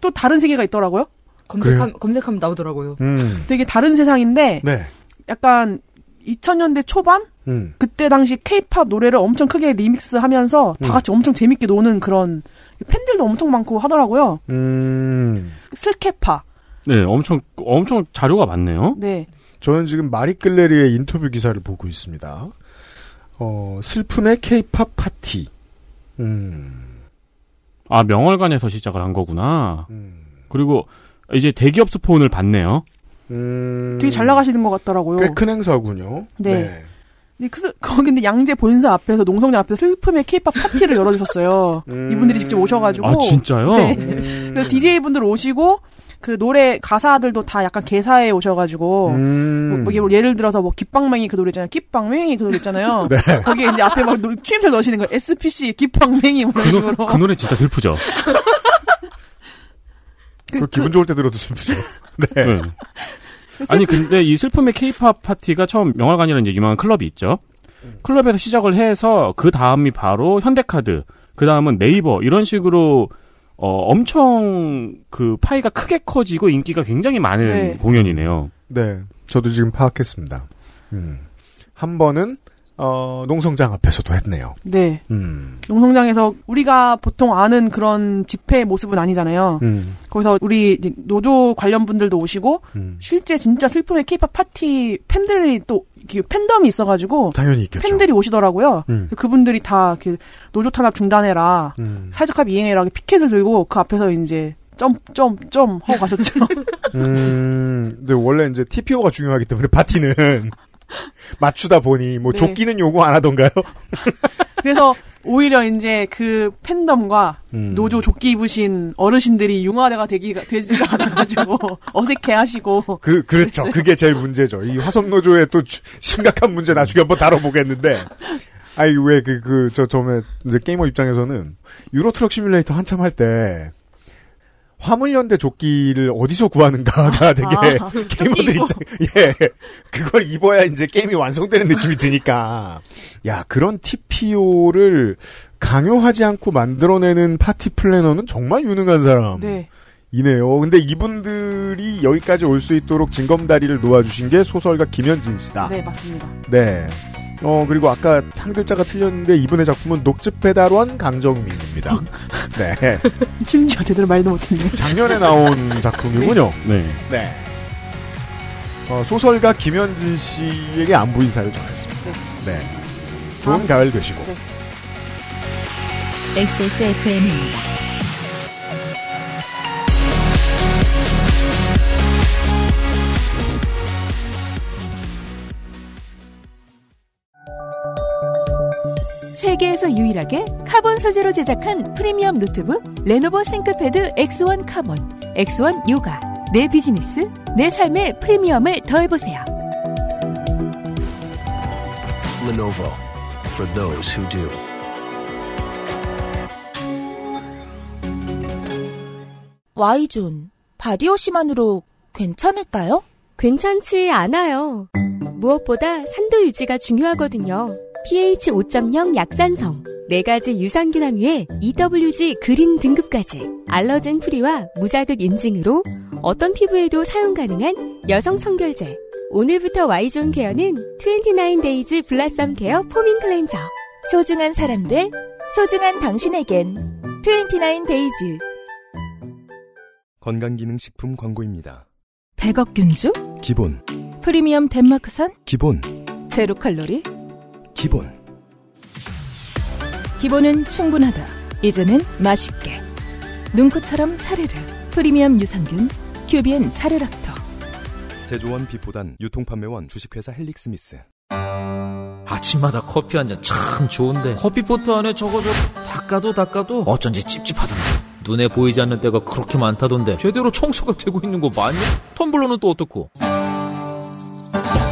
Speaker 10: 또 다른 세계가 있더라고요.
Speaker 11: 검색함, 검색하면 나오더라고요.
Speaker 2: 음.
Speaker 10: 되게 다른 세상인데
Speaker 2: 네.
Speaker 10: 약간 2000년대 초반
Speaker 2: 음.
Speaker 10: 그때 당시 케이팝 노래를 엄청 크게 리믹스하면서
Speaker 2: 음.
Speaker 10: 다 같이 엄청 재밌게 노는 그런 팬들도 엄청 많고 하더라고요.
Speaker 2: 음.
Speaker 10: 슬케파.
Speaker 3: 네, 엄청 엄청 자료가 많네요.
Speaker 10: 네.
Speaker 2: 저는 지금 마리끌레리의 인터뷰 기사를 보고 있습니다. 어, 슬픔의 케이팝 파티. 음.
Speaker 3: 아 명월관에서 시작을 한 거구나.
Speaker 2: 음.
Speaker 3: 그리고 이제 대기업 스폰을 받네요.
Speaker 2: 음.
Speaker 10: 되게 잘 나가시는 것 같더라고요.
Speaker 2: 꽤 큰 행사군요.
Speaker 10: 네. 근데 그, 거기 근데 양재 본사 앞에서 농성역 앞에서 슬픔의 케이팝 파티를 열어주셨어요.
Speaker 2: 음.
Speaker 10: 이분들이 직접 오셔가지고.
Speaker 3: 아, 진짜요?
Speaker 10: 네. 그래서 DJ분들 오시고 그 노래 가사들도 다 약간 개사에 오셔가지고 뭐,
Speaker 2: 음.
Speaker 10: 이게 뭐 예를 들어서 뭐 깃방맹이 그 노래 있잖아요. 깃방맹이 그 노래 있잖아요.
Speaker 2: 네.
Speaker 10: 거기에 이제 앞에 막 노- 추임새 넣으시는 거예요. SPC 깃방맹이 뭐
Speaker 3: 그,
Speaker 10: 이런
Speaker 3: 노,
Speaker 10: 식으로.
Speaker 3: 그 노래 진짜 슬프죠.
Speaker 2: 그, 기분 좋을 때 들어도 슬프죠. 네.
Speaker 3: 네. 아니 근데 이 슬픔의 케이팝 파티가 처음 명화관이라는 이제 유명한 클럽이 있죠. 클럽에서 시작을 해서 그 다음이 바로 현대카드, 그 다음은 네이버 이런 식으로 어 엄청 그 파이가 크게 커지고 인기가 굉장히 많은
Speaker 10: 네.
Speaker 3: 공연이네요.
Speaker 2: 네. 저도 지금 파악했습니다. 음. 한 번은, 어, 농성장 앞에서도 했네요.
Speaker 10: 네.
Speaker 2: 음.
Speaker 10: 농성장에서 우리가 보통 아는 그런 집회 모습은 아니잖아요.
Speaker 2: 음.
Speaker 10: 거기서 우리 이제 노조 관련 분들도 오시고
Speaker 2: 음.
Speaker 10: 실제 진짜 슬픔의 케이팝 파티 팬들이 또 이렇게 팬덤이 있어가지고
Speaker 2: 당연히 있겠죠.
Speaker 10: 팬들이 오시더라고요.
Speaker 2: 음.
Speaker 10: 그분들이 다 이렇게 노조 탄압 중단해라,
Speaker 2: 음.
Speaker 10: 사회적합 이행해라 이렇게 피켓을 들고 그 앞에서 이제 점점점 하고 가셨죠.
Speaker 2: 음, 근데 원래 이제 TPO가 중요하기 때문에 파티는 맞추다 보니 뭐
Speaker 10: 네.
Speaker 2: 조끼는 요구 안 하던가요?
Speaker 10: 그래서 오히려 이제 그 팬덤과
Speaker 2: 음.
Speaker 10: 노조 조끼 입으신 어르신들이 융화대가 되기가 되지가 않아가지고 어색해하시고
Speaker 2: 그 그렇죠. 그게 제일 문제죠. 이 화성 노조의 또 주- 심각한 문제 나중에 한번 다뤄보겠는데. 아이 왜 그 그 저 처음에 이제 게이머 입장에서는 유로 트럭 시뮬레이터 한참 할 때 화물연대 조끼를 어디서 구하는가가 되게
Speaker 10: 아,
Speaker 2: 게이머들
Speaker 10: 조끼
Speaker 2: 입장 예 그걸 입어야 이제 게임이 완성되는 느낌이 드니까 야 그런 TPO를 강요하지 않고 만들어내는 파티 플래너는 정말 유능한 사람
Speaker 10: 네.
Speaker 2: 이네요. 근데 이분들이 여기까지 올 수 있도록 징검다리를 놓아주신 게 소설가 김현진 씨다.
Speaker 10: 네 맞습니다.
Speaker 2: 네. 어, 그리고 아까 한 글자가 틀렸는데 이분의 작품은 녹즙배달원 강정민입니다. 네.
Speaker 10: 심지어 제대로 말도 못했네요.
Speaker 2: 작년에 나온 작품이군요.
Speaker 3: 네.
Speaker 2: 네. 어, 소설가 김현진 씨에게 안부 인사를 전했습니다. 네. 좋은 가을 되시고.
Speaker 1: XSFM입니다.
Speaker 4: 세계에서 유일하게 카본 소재로 제작한 프리미엄 노트북 레노버 싱크패드 X1 카본, X1 요가. 내 비즈니스, 내 삶의 프리미엄을 더해보세요.
Speaker 5: Lenovo for those who do.
Speaker 9: Y존, 바디워시만으로 괜찮을까요?
Speaker 7: 괜찮지 않아요. 무엇보다 산도 유지가 중요하거든요. pH 5.0 약산성, 4가지 유산균 함유에 EWG 그린 등급까지 알러젠 프리와 무자극 인증으로 어떤 피부에도 사용 가능한 여성 청결제. 오늘부터 Y존 케어는 29데이즈 블라썸 케어 포밍 클렌저.
Speaker 9: 소중한 사람들, 소중한 당신에겐 29 데이즈.
Speaker 6: 건강기능식품 광고입니다.
Speaker 12: 백억 균주,
Speaker 6: 기본,
Speaker 12: 프리미엄 덴마크산,
Speaker 6: 기본,
Speaker 12: 제로 칼로리.
Speaker 6: 기본.
Speaker 12: 기본은 충분하다. 이제는 맛있게. 눈꽃처럼 사르르. 프리미엄 유산균, 큐비엔 사르락토.
Speaker 6: 제조원 비포단 유통판매원 주식회사 헬릭스미스.
Speaker 8: 아침마다 커피 한 잔 참 좋은데 커피포트 안에 저거 저 닦아도 닦아도 어쩐지 찝찝하던데 눈에 보이지 않는 때가 그렇게 많다던데 제대로 청소가 되고 있는 거 맞냐? 텀블러는 또 어떻고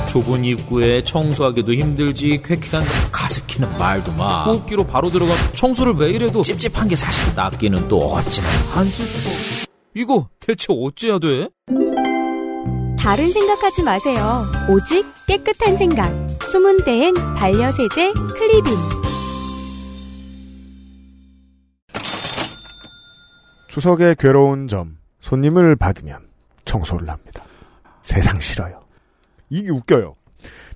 Speaker 8: 좁은 입구에 청소하기도 힘들지 쾌쾌한 가습기는 말도 마 호흡기로 바로 들어가 청소를 매일 해도 찝찝한 게 사실 낫기는 또 어찌나 한술 쓰고 이거 대체 어째야 돼?
Speaker 7: 다른 생각하지 마세요. 오직 깨끗한 생각. 숨은 데엔 반려세제 클리빈.
Speaker 2: 추석의 괴로운 점. 손님을 받으면 청소를 합니다. 세상 싫어요. 이게 웃겨요.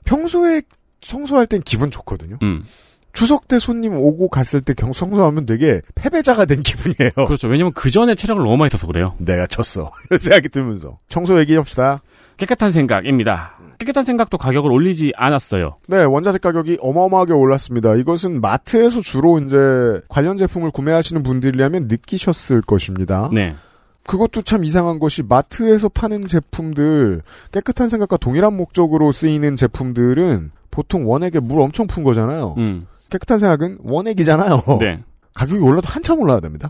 Speaker 2: 평소에 청소할 땐 기분 좋거든요.
Speaker 3: 음.
Speaker 2: 추석 때 손님 오고 갔을 때 경- 청소하면 되게 패배자가 된 기분이에요.
Speaker 3: 그렇죠. 왜냐면 그 전에 체력을 너무 많이 써서 그래요.
Speaker 2: 내가 쳤어. 이런 생각이 들면서. 청소 얘기합시다.
Speaker 3: 깨끗한 생각입니다. 깨끗한 생각도 가격을 올리지 않았어요.
Speaker 2: 네, 원자재 가격이 어마어마하게 올랐습니다. 이것은 마트에서 주로 이제 관련 제품을 구매하시는 분들이라면 느끼셨을 것입니다.
Speaker 3: 네.
Speaker 2: 그것도 참 이상한 것이 마트에서 파는 제품들 깨끗한 생각과 동일한 목적으로 쓰이는 제품들은 보통 원액에 물 엄청 푼 거잖아요. 깨끗한 생각은 원액이잖아요.
Speaker 3: 음. 네.
Speaker 2: 가격이 올라도 한참 올라야 됩니다.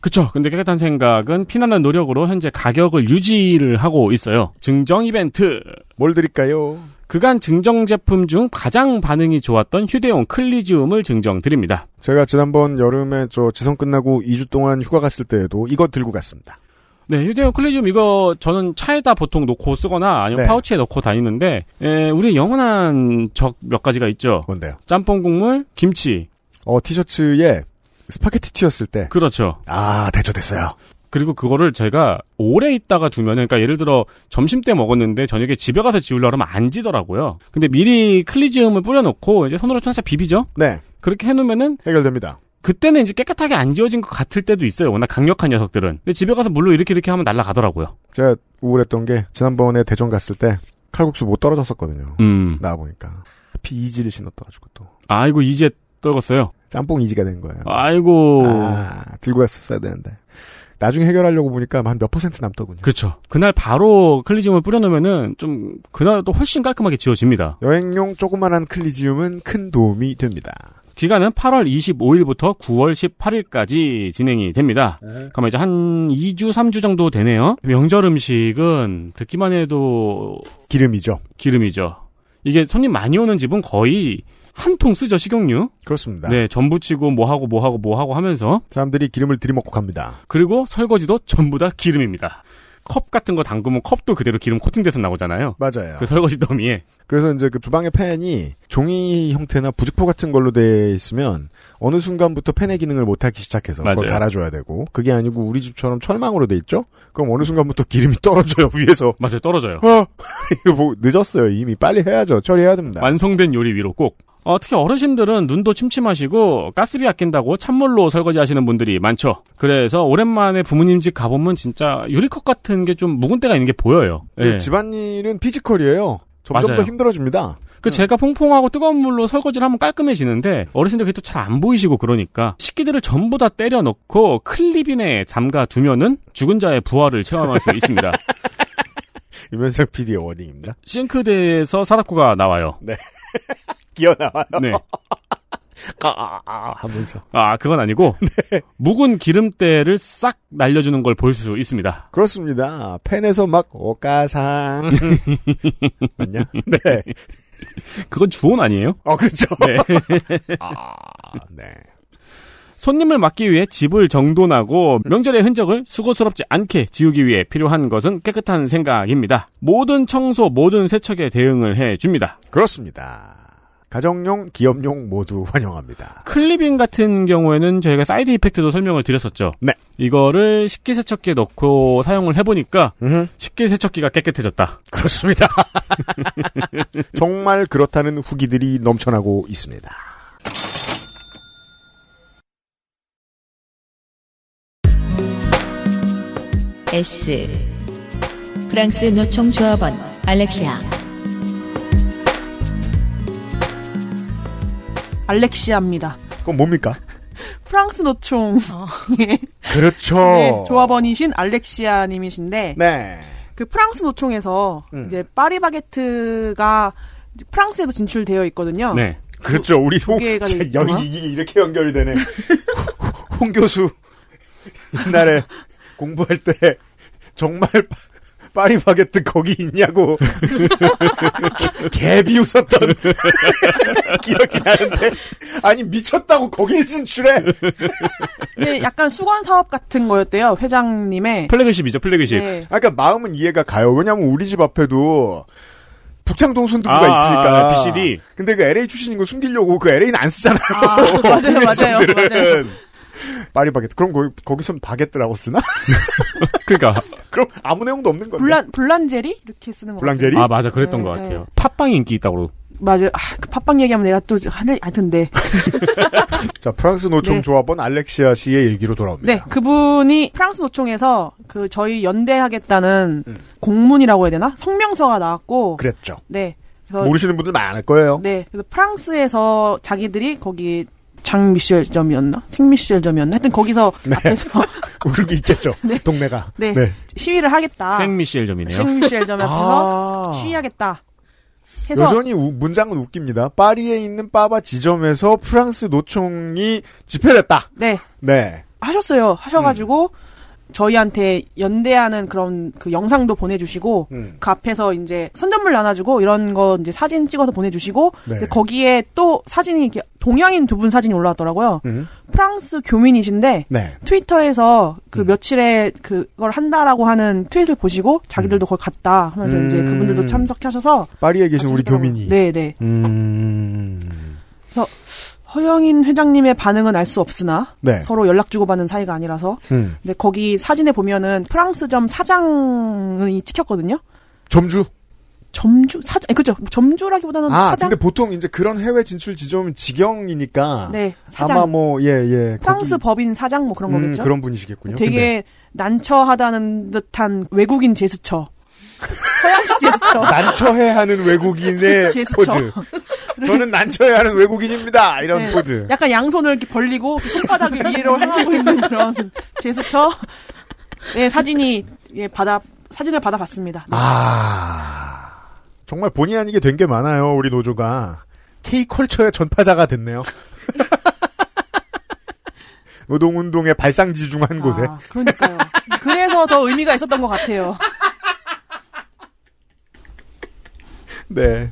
Speaker 3: 그쵸. 근데 깨끗한 생각은 피나는 노력으로 현재 가격을 유지를 하고 있어요. 증정 이벤트.
Speaker 2: 뭘 드릴까요?
Speaker 3: 그간 증정 제품 중 가장 반응이 좋았던 휴대용 클리지움을 증정 드립니다.
Speaker 2: 제가 지난번 여름에 저 지선 끝나고 2주 동안 휴가 갔을 때에도 이거 들고 갔습니다.
Speaker 3: 네, 휴대용 클리지움 이거 저는 차에다 보통 놓고 쓰거나 아니면
Speaker 2: 네.
Speaker 3: 파우치에 넣고 다니는데, 에, 우리 영원한 적 몇 가지가 있죠.
Speaker 2: 뭔데요?
Speaker 3: 짬뽕 국물, 김치.
Speaker 2: 어, 티셔츠에 스파게티 튀었을 때.
Speaker 3: 그렇죠.
Speaker 2: 아, 대처됐어요.
Speaker 3: 그리고 그거를 제가 오래 있다가 두면은, 그러니까 예를 들어 점심 때 먹었는데 저녁에 집에 가서 지우려고 하면 안 지더라고요. 근데 미리 클리지움을 뿌려놓고 이제 손으로 천사 비비죠?
Speaker 2: 네.
Speaker 3: 그렇게 해놓으면은
Speaker 2: 해결됩니다.
Speaker 3: 그때는 이제 깨끗하게 안 지워진 것 같을 때도 있어요. 워낙 강력한 녀석들은. 근데 집에 가서 물로 이렇게 이렇게 하면 날아가더라고요.
Speaker 2: 제가 우울했던 게 지난번에 대전 갔을 때 칼국수 못 떨어졌었거든요.
Speaker 3: 음.
Speaker 2: 나와보니까. 하필 이지를 신었다가지고 또.
Speaker 3: 아이고 이제 떨궜어요.
Speaker 2: 짬뽕 이지가 된 거예요.
Speaker 3: 아이고.
Speaker 2: 아, 들고 갔었어야 되는데. 나중에 해결하려고 보니까 한 몇 퍼센트 남더군요.
Speaker 3: 그렇죠. 그날 바로 클리지움을 뿌려놓으면은 좀 그날 또 훨씬 깔끔하게 지워집니다.
Speaker 2: 여행용 조그만한 클리지움은 큰 도움이 됩니다.
Speaker 3: 기간은 8월 25일부터 9월 18일까지 진행이 됩니다. 그럼 이제 한 2주, 3주 정도 되네요. 명절 음식은 듣기만 해도
Speaker 2: 기름이죠.
Speaker 3: 기름이죠. 이게 손님 많이 오는 집은 거의 한 통 쓰죠, 식용유.
Speaker 2: 그렇습니다.
Speaker 3: 네, 전부치고 뭐하고 뭐하고 뭐하고 하면서
Speaker 2: 사람들이 기름을 들이먹고 갑니다.
Speaker 3: 그리고 설거지도 전부 다 기름입니다. 컵 같은 거 담그면 컵도 그대로 기름 코팅돼서 나오잖아요.
Speaker 2: 맞아요.
Speaker 3: 그 설거지 더미에.
Speaker 2: 그래서 이제 그 주방의 팬이 종이 형태나 부직포 같은 걸로 되어 있으면 어느 순간부터 팬의 기능을 못하기 시작해서 그걸
Speaker 3: 맞아요.
Speaker 2: 갈아줘야 되고 그게 아니고 우리 집처럼 철망으로 돼 있죠? 그럼 어느 순간부터 기름이 떨어져요 위에서.
Speaker 3: 맞아요, 떨어져요.
Speaker 2: 어 이거 뭐 늦었어요 이미 빨리 해야죠 처리해야 됩니다.
Speaker 3: 완성된 요리 위로 꼭. 어, 특히 어르신들은 눈도 침침하시고 가스비 아낀다고 찬물로 설거지 하시는 분들이 많죠. 그래서 오랜만에 부모님 집 가보면 진짜 유리컵 같은 게 좀 묵은 때가 있는 게 보여요. 예.
Speaker 2: 네, 집안일은 피지컬이에요. 점점
Speaker 3: 맞아요.
Speaker 2: 더 힘들어집니다.
Speaker 3: 그 제가 퐁퐁하고 뜨거운 물로 설거지를 하면 깔끔해지는데 어르신들 그게 또 잘 안 보이시고 그러니까 식기들을 전부 다 때려 넣고 클립인에 잠가 두면은 죽은 자의 부활을 체험할 수 있습니다.
Speaker 2: 유면석 PD의 워딩입니다.
Speaker 3: 싱크대에서 사라코가 나와요.
Speaker 2: 네. 기어 나와요.
Speaker 3: 네.
Speaker 2: 아, 하면서.
Speaker 3: 아, 그건 아니고 묵은 기름때를 싹 날려주는 걸 볼 수 있습니다.
Speaker 2: 그렇습니다. 팬에서 막 오가상 맞냐? 네.
Speaker 3: 그건 주온 아니에요?
Speaker 2: 어, 그렇죠.
Speaker 3: 네.
Speaker 2: 아, 네.
Speaker 3: 손님을 막기 위해 집을 정돈하고 명절의 흔적을 수고스럽지 않게 지우기 위해 필요한 것은 깨끗한 생각입니다. 모든 청소, 모든 세척에 대응을 해줍니다.
Speaker 2: 그렇습니다. 가정용, 기업용 모두 환영합니다.
Speaker 3: 클리빙 같은 경우에는 저희가 사이드 이펙트도 설명을 드렸었죠.
Speaker 2: 네.
Speaker 3: 이거를 식기세척기에 넣고 사용을 해보니까 식기세척기가 깨끗해졌다.
Speaker 2: 그렇습니다. 정말 그렇다는 후기들이 넘쳐나고 있습니다.
Speaker 1: S 프랑스 노총 조합원 알렉시아
Speaker 10: 알렉시아입니다.
Speaker 2: 그건 뭡니까?
Speaker 10: 프랑스 노총. 예.
Speaker 2: 그렇죠.
Speaker 10: 네, 조합원이신 알렉시아 님이신데
Speaker 2: 네. 음.
Speaker 10: 그 프랑스 노총에서 이제 파리바게트가 프랑스에도 진출되어 있거든요.
Speaker 2: 네. 그렇죠. 우리 홍,
Speaker 10: 두 개가
Speaker 2: 자,
Speaker 10: 있구나.
Speaker 2: 여, 이- 이게 이렇게 연결이 되네. 홍 교수 옛날에 공부할 때 정말 파- 파리바게트 거기 있냐고 개비 웃었던 기억이 나는데 아니 미쳤다고 거길 진출해
Speaker 10: 네, 약간 수건 사업 같은 거였대요. 회장님의
Speaker 3: 플래그십이죠, 플래그십.
Speaker 10: 네.
Speaker 2: 아, 그러니까 마음은 이해가 가요. 왜냐하면 우리 집 앞에도 북창동 순두부가
Speaker 3: 아,
Speaker 2: 있으니까.
Speaker 3: 아, 아, BCD.
Speaker 2: 근데 그 LA 출신인 거 숨기려고 그 LA는 안 쓰잖아요.
Speaker 10: 아, 맞아요, 맞아요, 맞아요.
Speaker 2: 파리바게트. 그럼 거기, 거기선 바게트라고 쓰나?
Speaker 3: 그러니까
Speaker 2: 그럼 아무 내용도 없는 건데.
Speaker 10: 블란 블란제리 이렇게 쓰는 거.
Speaker 2: 블랑제리?
Speaker 3: 아 맞아 그랬던 것 같아요.
Speaker 10: 네.
Speaker 3: 팥빵이 인기 있다고.
Speaker 10: 맞아요. 아, 그 팟빵 얘기하면 내가 또 하늘 아는데.
Speaker 2: 자, 프랑스 노총
Speaker 10: 네.
Speaker 2: 조합원 알렉시아 씨의 얘기로 돌아옵니다.
Speaker 10: 네, 그분이 프랑스 노총에서 그 저희 연대하겠다는 공문이라고 해야 되나? 성명서가 나왔고
Speaker 2: 그랬죠.
Speaker 10: 네. 그래서
Speaker 2: 모르시는 분들 많을 거예요.
Speaker 10: 네. 그래서 프랑스에서 자기들이 거기 장미셸점이었나? 생미셸점이었나? 하여튼 거기서 앞에서
Speaker 2: 네. 그렇게 있겠죠. 동네가.
Speaker 10: 아, 네. 시위를 하겠다.
Speaker 3: 생미셸점이네요.
Speaker 10: 아. 생미셸점 앞에서
Speaker 2: 아.
Speaker 10: 시위하겠다. 해서
Speaker 2: 여전히 우- 문장은 웃깁니다. 파리에 있는 빠바 지점에서 프랑스 노총이 집회를 했다.
Speaker 10: 네.
Speaker 2: 네.
Speaker 10: 하셨어요. 하셔가지고 저희한테 연대하는 그런 그 영상도 보내주시고
Speaker 2: 음,
Speaker 10: 그 앞에서 이제 선전물 나눠주고 이런 거 이제 사진 찍어서 보내주시고
Speaker 14: 네.
Speaker 10: 근데 거기에 또 사진이 이렇게 동양인 두 분 사진이 올라왔더라고요.
Speaker 2: 음.
Speaker 10: 프랑스 교민이신데
Speaker 2: 네.
Speaker 10: 트위터에서 그
Speaker 2: 음.
Speaker 10: 며칠에 그걸 한다라고 하는 트윗을 보시고 자기들도 거기 갔다 하면서 이제
Speaker 2: 음.
Speaker 10: 그분들도 참석하셔서
Speaker 2: 파리에 계신 우리 교민이.
Speaker 10: 아, 네네
Speaker 2: 음.
Speaker 10: 그래서 허영인 회장님의 반응은 알 수 없으나
Speaker 2: 네.
Speaker 10: 서로 연락 주고받는 사이가 아니라서
Speaker 2: 음.
Speaker 10: 근데 거기 사진에 보면은 프랑스점 사장이 찍혔거든요.
Speaker 2: 점주.
Speaker 10: 점주 사장 아니, 그죠? 점주라기보다는
Speaker 2: 아,
Speaker 10: 사장.
Speaker 2: 근데 보통 이제 그런 해외 진출 지점은 직영이니까.
Speaker 10: 네, 사장.
Speaker 2: 아마 뭐, 예, 예.
Speaker 10: 프랑스 법인 사장 뭐 그런
Speaker 2: 음,
Speaker 10: 거겠죠.
Speaker 2: 그런 분이시겠군요.
Speaker 10: 되게
Speaker 2: 근데.
Speaker 10: 난처하다는 듯한 외국인 제스처. 서양식 제스처.
Speaker 2: 난처해하는 외국인의
Speaker 10: 제스처.
Speaker 2: 포즈. 저는 난처해하는 외국인입니다. 이런
Speaker 10: 네,
Speaker 2: 포즈.
Speaker 10: 약간 양손을 이렇게 벌리고 손바닥을 위로 향하고 있는 그런 제스처. 네, 사진이 예, 받아 사진을 받아봤습니다. 네.
Speaker 2: 정말 본의 아니게 된 게 많아요. 우리 노조가 K 컬처의 전파자가 됐네요. 노동운동의 발상지 중 한 곳에
Speaker 10: 아, 그러니까요. 그래서 더 의미가 있었던 것 같아요.
Speaker 2: 네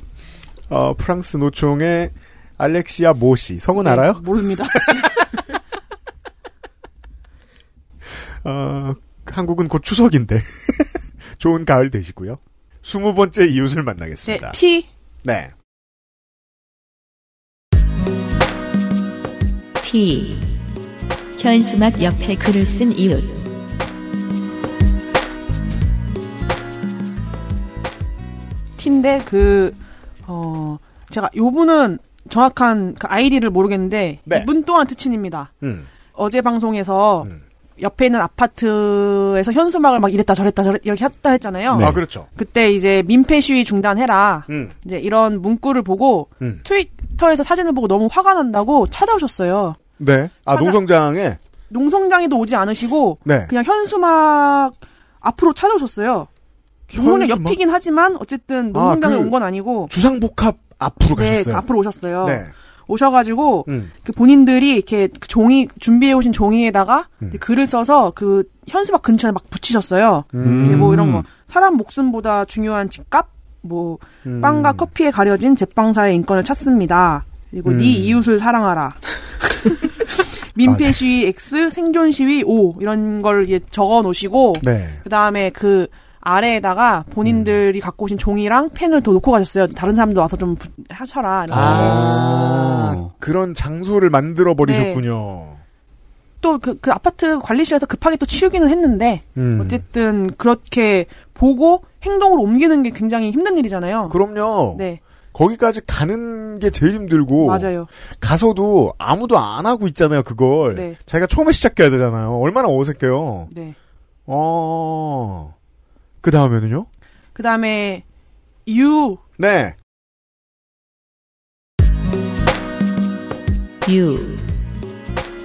Speaker 2: 어, 프랑스 노총의 알렉시아 모씨 성은
Speaker 10: 네.
Speaker 2: 알아요?
Speaker 10: 예, 모릅니다.
Speaker 2: 어, 한국은 곧 추석인데 좋은 가을 되시고요. 스무 번째 이웃을
Speaker 10: 네,
Speaker 2: 만나겠습니다.
Speaker 10: T
Speaker 2: 네.
Speaker 1: T 현수막 옆에 글을 쓴 이웃
Speaker 10: T인데 그 어. 제가 요분은 정확한 그 아이디를 모르겠는데
Speaker 2: 네.
Speaker 10: 이분 또한 특친입니다.
Speaker 2: 음.
Speaker 10: 어제 방송에서 옆에 있는 아파트에서 현수막을 막 이랬다 저랬다 저랬 이렇게 했다 했잖아요.
Speaker 2: 아 그렇죠.
Speaker 10: 그때 이제 민폐 시위 중단해라.
Speaker 2: 음.
Speaker 10: 이제 이런 문구를 보고
Speaker 2: 음.
Speaker 10: 트위터에서 사진을 보고 너무 화가 난다고 찾아오셨어요.
Speaker 2: 네. 아
Speaker 10: 사장-
Speaker 2: 농성장에
Speaker 10: 농성장에도 오지 않으시고
Speaker 2: 네.
Speaker 10: 그냥 현수막 앞으로 찾아오셨어요. 농성장
Speaker 2: 현수막?
Speaker 10: 옆이긴 하지만 어쨌든
Speaker 2: 아,
Speaker 10: 농성장에
Speaker 2: 그
Speaker 10: 온 건 아니고
Speaker 2: 주상복합 앞으로
Speaker 10: 네,
Speaker 2: 가셨어요.
Speaker 10: 그 앞으로 오셨어요.
Speaker 2: 네.
Speaker 10: 오셔가지고
Speaker 2: 음.
Speaker 10: 그 본인들이 이렇게 그 종이 준비해 오신 종이에다가
Speaker 2: 음.
Speaker 10: 글을 써서 그 현수막 근처에 막 붙이셨어요.
Speaker 2: 음.
Speaker 10: 이렇게 뭐 이런 거 사람 목숨보다 중요한 집값, 뭐
Speaker 2: 음.
Speaker 10: 빵과 커피에 가려진 제빵사의 인권을 찾습니다. 그리고
Speaker 2: 음.
Speaker 10: 네 이웃을 사랑하라. 민폐 시위 X, 생존 시위 O 이런 걸 이제 적어 놓으시고
Speaker 2: 네.
Speaker 10: 그다음에 그 아래에다가 본인들이
Speaker 2: 음.
Speaker 10: 갖고 오신 종이랑 펜을 더 놓고 가셨어요. 다른 사람도 와서 좀 부- 하셔라. 이렇게.
Speaker 2: 아, 그런 장소를 만들어 버리셨군요.
Speaker 10: 또 그, 그 아파트 관리실에서 급하게 또 치우기는 했는데
Speaker 2: 음.
Speaker 10: 어쨌든 그렇게 보고 행동으로 옮기는 게 굉장히 힘든 일이잖아요.
Speaker 2: 그렇죠. 그럼요.
Speaker 10: 네.
Speaker 2: 거기까지 가는 게 제일 힘들고
Speaker 10: 맞아요.
Speaker 2: 가서도 아무도 안 하고 있잖아요. 그걸
Speaker 10: 네.
Speaker 2: 자기가 처음에 시작해야 되잖아요. 얼마나 어색해요.
Speaker 10: 네.
Speaker 2: 어. 그 다음에는요?
Speaker 10: 그다음에 유
Speaker 2: 네.
Speaker 1: 유.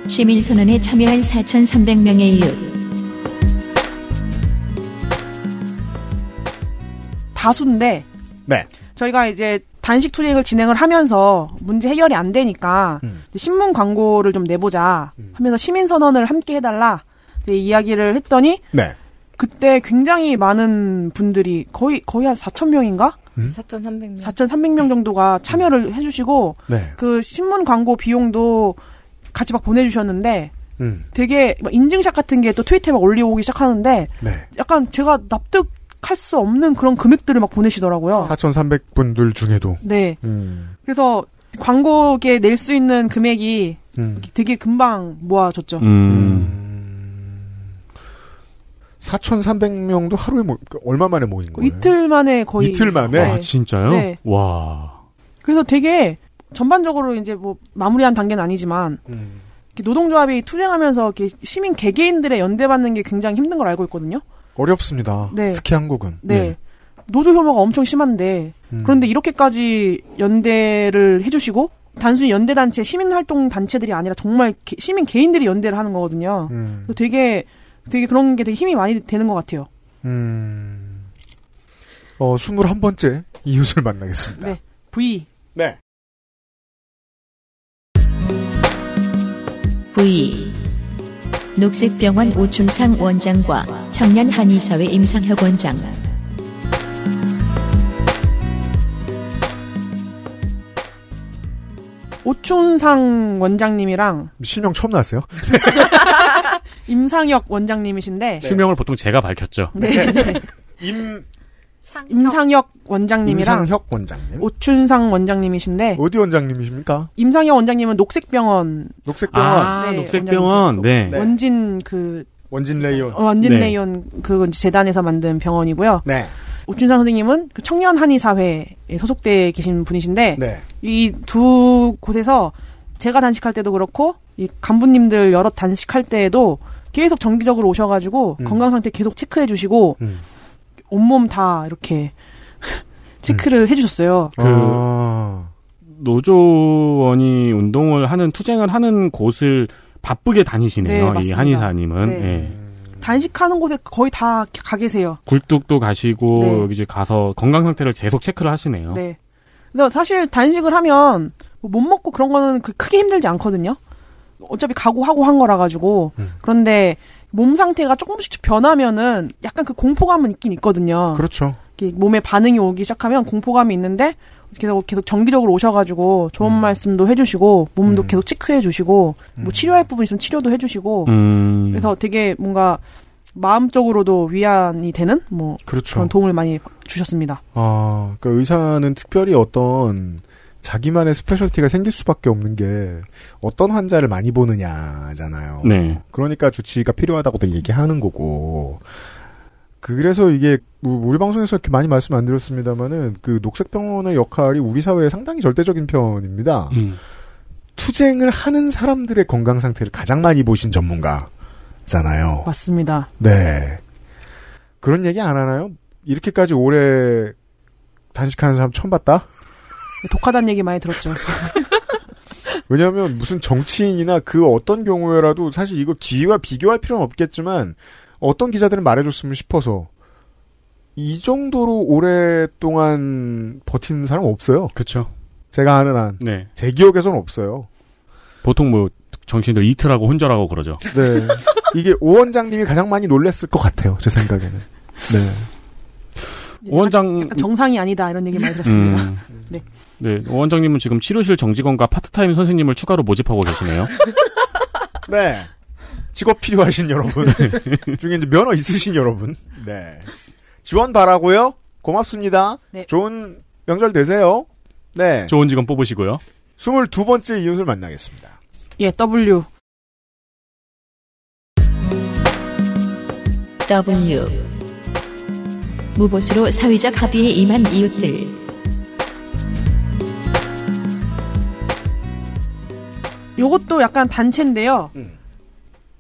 Speaker 1: 시민선언에 참여한 4,300명의 이웃.
Speaker 10: 다수인데
Speaker 2: 네.
Speaker 10: 저희가 이제 단식 투쟁을 진행을 하면서 문제 해결이 안 되니까
Speaker 2: 음.
Speaker 10: 이제 신문 광고를 좀 내보자 하면서 시민 선언을 함께 해달라 이제 이야기를 했더니
Speaker 2: 네.
Speaker 10: 그때 굉장히 많은 분들이 거의 거의 한 4천 명인가
Speaker 2: 음?
Speaker 11: 4,300명.
Speaker 10: 4,300명 정도가 참여를 해주시고
Speaker 2: 네.
Speaker 10: 그 신문 광고 비용도 같이 막 보내주셨는데
Speaker 2: 음.
Speaker 10: 되게 막 인증샷 같은 게 또 트위터에 막 올려오기 시작하는데
Speaker 2: 네.
Speaker 10: 약간 제가 납득할 수 없는 그런 금액들을 막 보내시더라고요.
Speaker 2: 4,300분들 중에도.
Speaker 10: 네.
Speaker 2: 음.
Speaker 10: 그래서 광고에 낼 수 있는 금액이
Speaker 2: 음.
Speaker 10: 되게 금방 모아졌죠.
Speaker 2: 음. 4,300명도 하루에 모, 그 얼마 만에 모인 거예요?
Speaker 10: 이틀 만에 거의
Speaker 2: 이틀 만에?
Speaker 3: 아,
Speaker 10: 네. 네.
Speaker 2: 와.
Speaker 10: 그래서 되게 전반적으로 이제 뭐 마무리한 단계는 아니지만 이렇게 노동조합이 투쟁하면서 이렇게 시민 개개인들의 연대받는 게 굉장히 힘든 걸 알고 있거든요.
Speaker 2: 어렵습니다.
Speaker 10: 네.
Speaker 2: 특히 한국은.
Speaker 10: 네. 노조 혐오가 엄청 심한데 그런데 이렇게까지 연대를 해주시고 단순히 연대 단체 시민 활동 단체들이 아니라 정말 개- 시민 개인들이 연대를 하는 거거든요.
Speaker 2: 음.
Speaker 10: 그래서 되게 되게 그런 게 되게 힘이 많이 되는 것 같아요.
Speaker 2: 음. 어, 21번째 이웃을 만나겠습니다.
Speaker 10: 네. V.
Speaker 2: 네.
Speaker 1: V. 녹색병원 오춘상 원장과 청년 한의사회 임상혁 원장.
Speaker 10: 오춘상 원장님이랑
Speaker 2: 실명 처음 나왔어요?
Speaker 10: 임상혁 원장님이신데
Speaker 3: 실명을 보통 제가 밝혔죠.
Speaker 10: 네.
Speaker 2: 임
Speaker 10: 임상혁 원장님이랑
Speaker 2: 임상혁 원장님.
Speaker 10: 오춘상 네. 원장님이신데
Speaker 2: 어디 원장님이십니까?
Speaker 10: 임상혁 원장님. 은 녹색병원
Speaker 2: 녹색병원.
Speaker 10: 아, 네,
Speaker 3: 녹색병원,
Speaker 10: 원장님.
Speaker 3: 네.
Speaker 10: 원진 그
Speaker 2: 원진 레이온.
Speaker 10: 어, 완진
Speaker 2: 네.
Speaker 10: 레이온 그 재단에서 만든 병원이고요.
Speaker 2: 네.
Speaker 10: 오춘상 선생님은 그 청년 한의 사회에 소속돼 계신 분이신데
Speaker 2: 네.
Speaker 10: 이 두 곳에서 제가 단식할 때도 그렇고 이 간부님들 여러 단식할 때에도 계속 정기적으로 오셔가지고 건강 상태 계속 체크해 주시고 온몸 다 이렇게 체크를 해주셨어요.
Speaker 3: 그
Speaker 2: 아,
Speaker 3: 노조원이 운동을 하는 투쟁을 하는 곳을 바쁘게
Speaker 10: 네,
Speaker 3: 다니시네요. 이
Speaker 10: 맞습니다.
Speaker 3: 한의사님은
Speaker 10: 네.
Speaker 3: 예.
Speaker 10: 단식하는 곳에 거의 다 가 계세요.
Speaker 3: 굴뚝도 가시고
Speaker 10: 네.
Speaker 3: 여기 이제 가서 건강 상태를 계속 체크를 하시네요.
Speaker 10: 네. 근데 사실 단식을 하면 뭐못 먹고 그런 거는 그 크게 힘들지 않거든요. 어차피 각오하고 한 거라 가지고
Speaker 2: 음.
Speaker 10: 그런데 몸 상태가 조금씩 변하면은 약간 그 공포감은 있긴 있거든요.
Speaker 2: 그렇죠.
Speaker 10: 이렇게 몸에 반응이 오기 시작하면 공포감이 있는데 계속 계속 정기적으로 오셔가지고 좋은
Speaker 2: 음.
Speaker 10: 말씀도 해주시고 몸도 계속 체크해주시고 뭐 치료할 부분 있으면 치료도 해주시고
Speaker 3: 음.
Speaker 10: 그래서 되게 뭔가 마음적으로도 위안이 되는 뭐
Speaker 2: 그렇죠.
Speaker 10: 그런 도움을 많이 주셨습니다.
Speaker 2: 아, 그 의사는 특별히 어떤 자기만의 스페셜티가 생길 수밖에 없는 게 어떤 환자를 많이 보느냐잖아요.
Speaker 3: 네.
Speaker 2: 그러니까 주치의가 필요하다고들 얘기하는 거고 그래서 이게 우- 우리 방송에서 이렇게 많이 말씀 안 드렸습니다만은 그 녹색병원의 역할이 우리 사회에 상당히 절대적인 편입니다.
Speaker 3: 음.
Speaker 2: 투쟁을 하는 사람들의 건강 상태를 가장 많이 보신 전문가잖아요.
Speaker 10: 맞습니다.
Speaker 2: 네. 그런 얘기 안 하나요? 이렇게까지 오래 단식하는 사람 처음 봤다?
Speaker 10: 독하다는 얘기 많이 들었죠.
Speaker 2: 왜냐면 하 무슨 정치인이나 그 어떤 경우에라도 사실 이거 지위와 비교할 필요는 없겠지만 어떤 기자들은 말해줬으면 싶어서 이 정도로 오랫동안 버티는 사람 없어요.
Speaker 3: 그렇죠.
Speaker 2: 제가 아는 한.
Speaker 3: 네.
Speaker 2: 제 기억에선 없어요.
Speaker 3: 보통 뭐 정신들 이틀하고 혼절하고 그러죠.
Speaker 2: 네. 이게 오 원장님이 가장 많이 놀랬을 것 같아요. 제 생각에는. 네.
Speaker 3: 오 원장
Speaker 10: 예, 약간 정상이 아니다 이런 얘기 많이 들었습니다.
Speaker 3: 음.
Speaker 10: 네.
Speaker 3: 네, 오 원장님은 지금 치료실 정직원과 파트타임 선생님을 추가로 모집하고 계시네요.
Speaker 2: 네. 직업 필요하신 여러분 중에 이제 면허 있으신 여러분. 네. 지원 바라고요. 고맙습니다.
Speaker 10: 네.
Speaker 2: 좋은 명절 되세요. 네.
Speaker 3: 좋은 직원 뽑으시고요.
Speaker 2: 22번째 이웃을 만나겠습니다.
Speaker 10: 예, W.
Speaker 1: W 무보수로 사회적 합의에 임한 이웃들
Speaker 10: 요것도 약간 단체인데요.
Speaker 14: 음.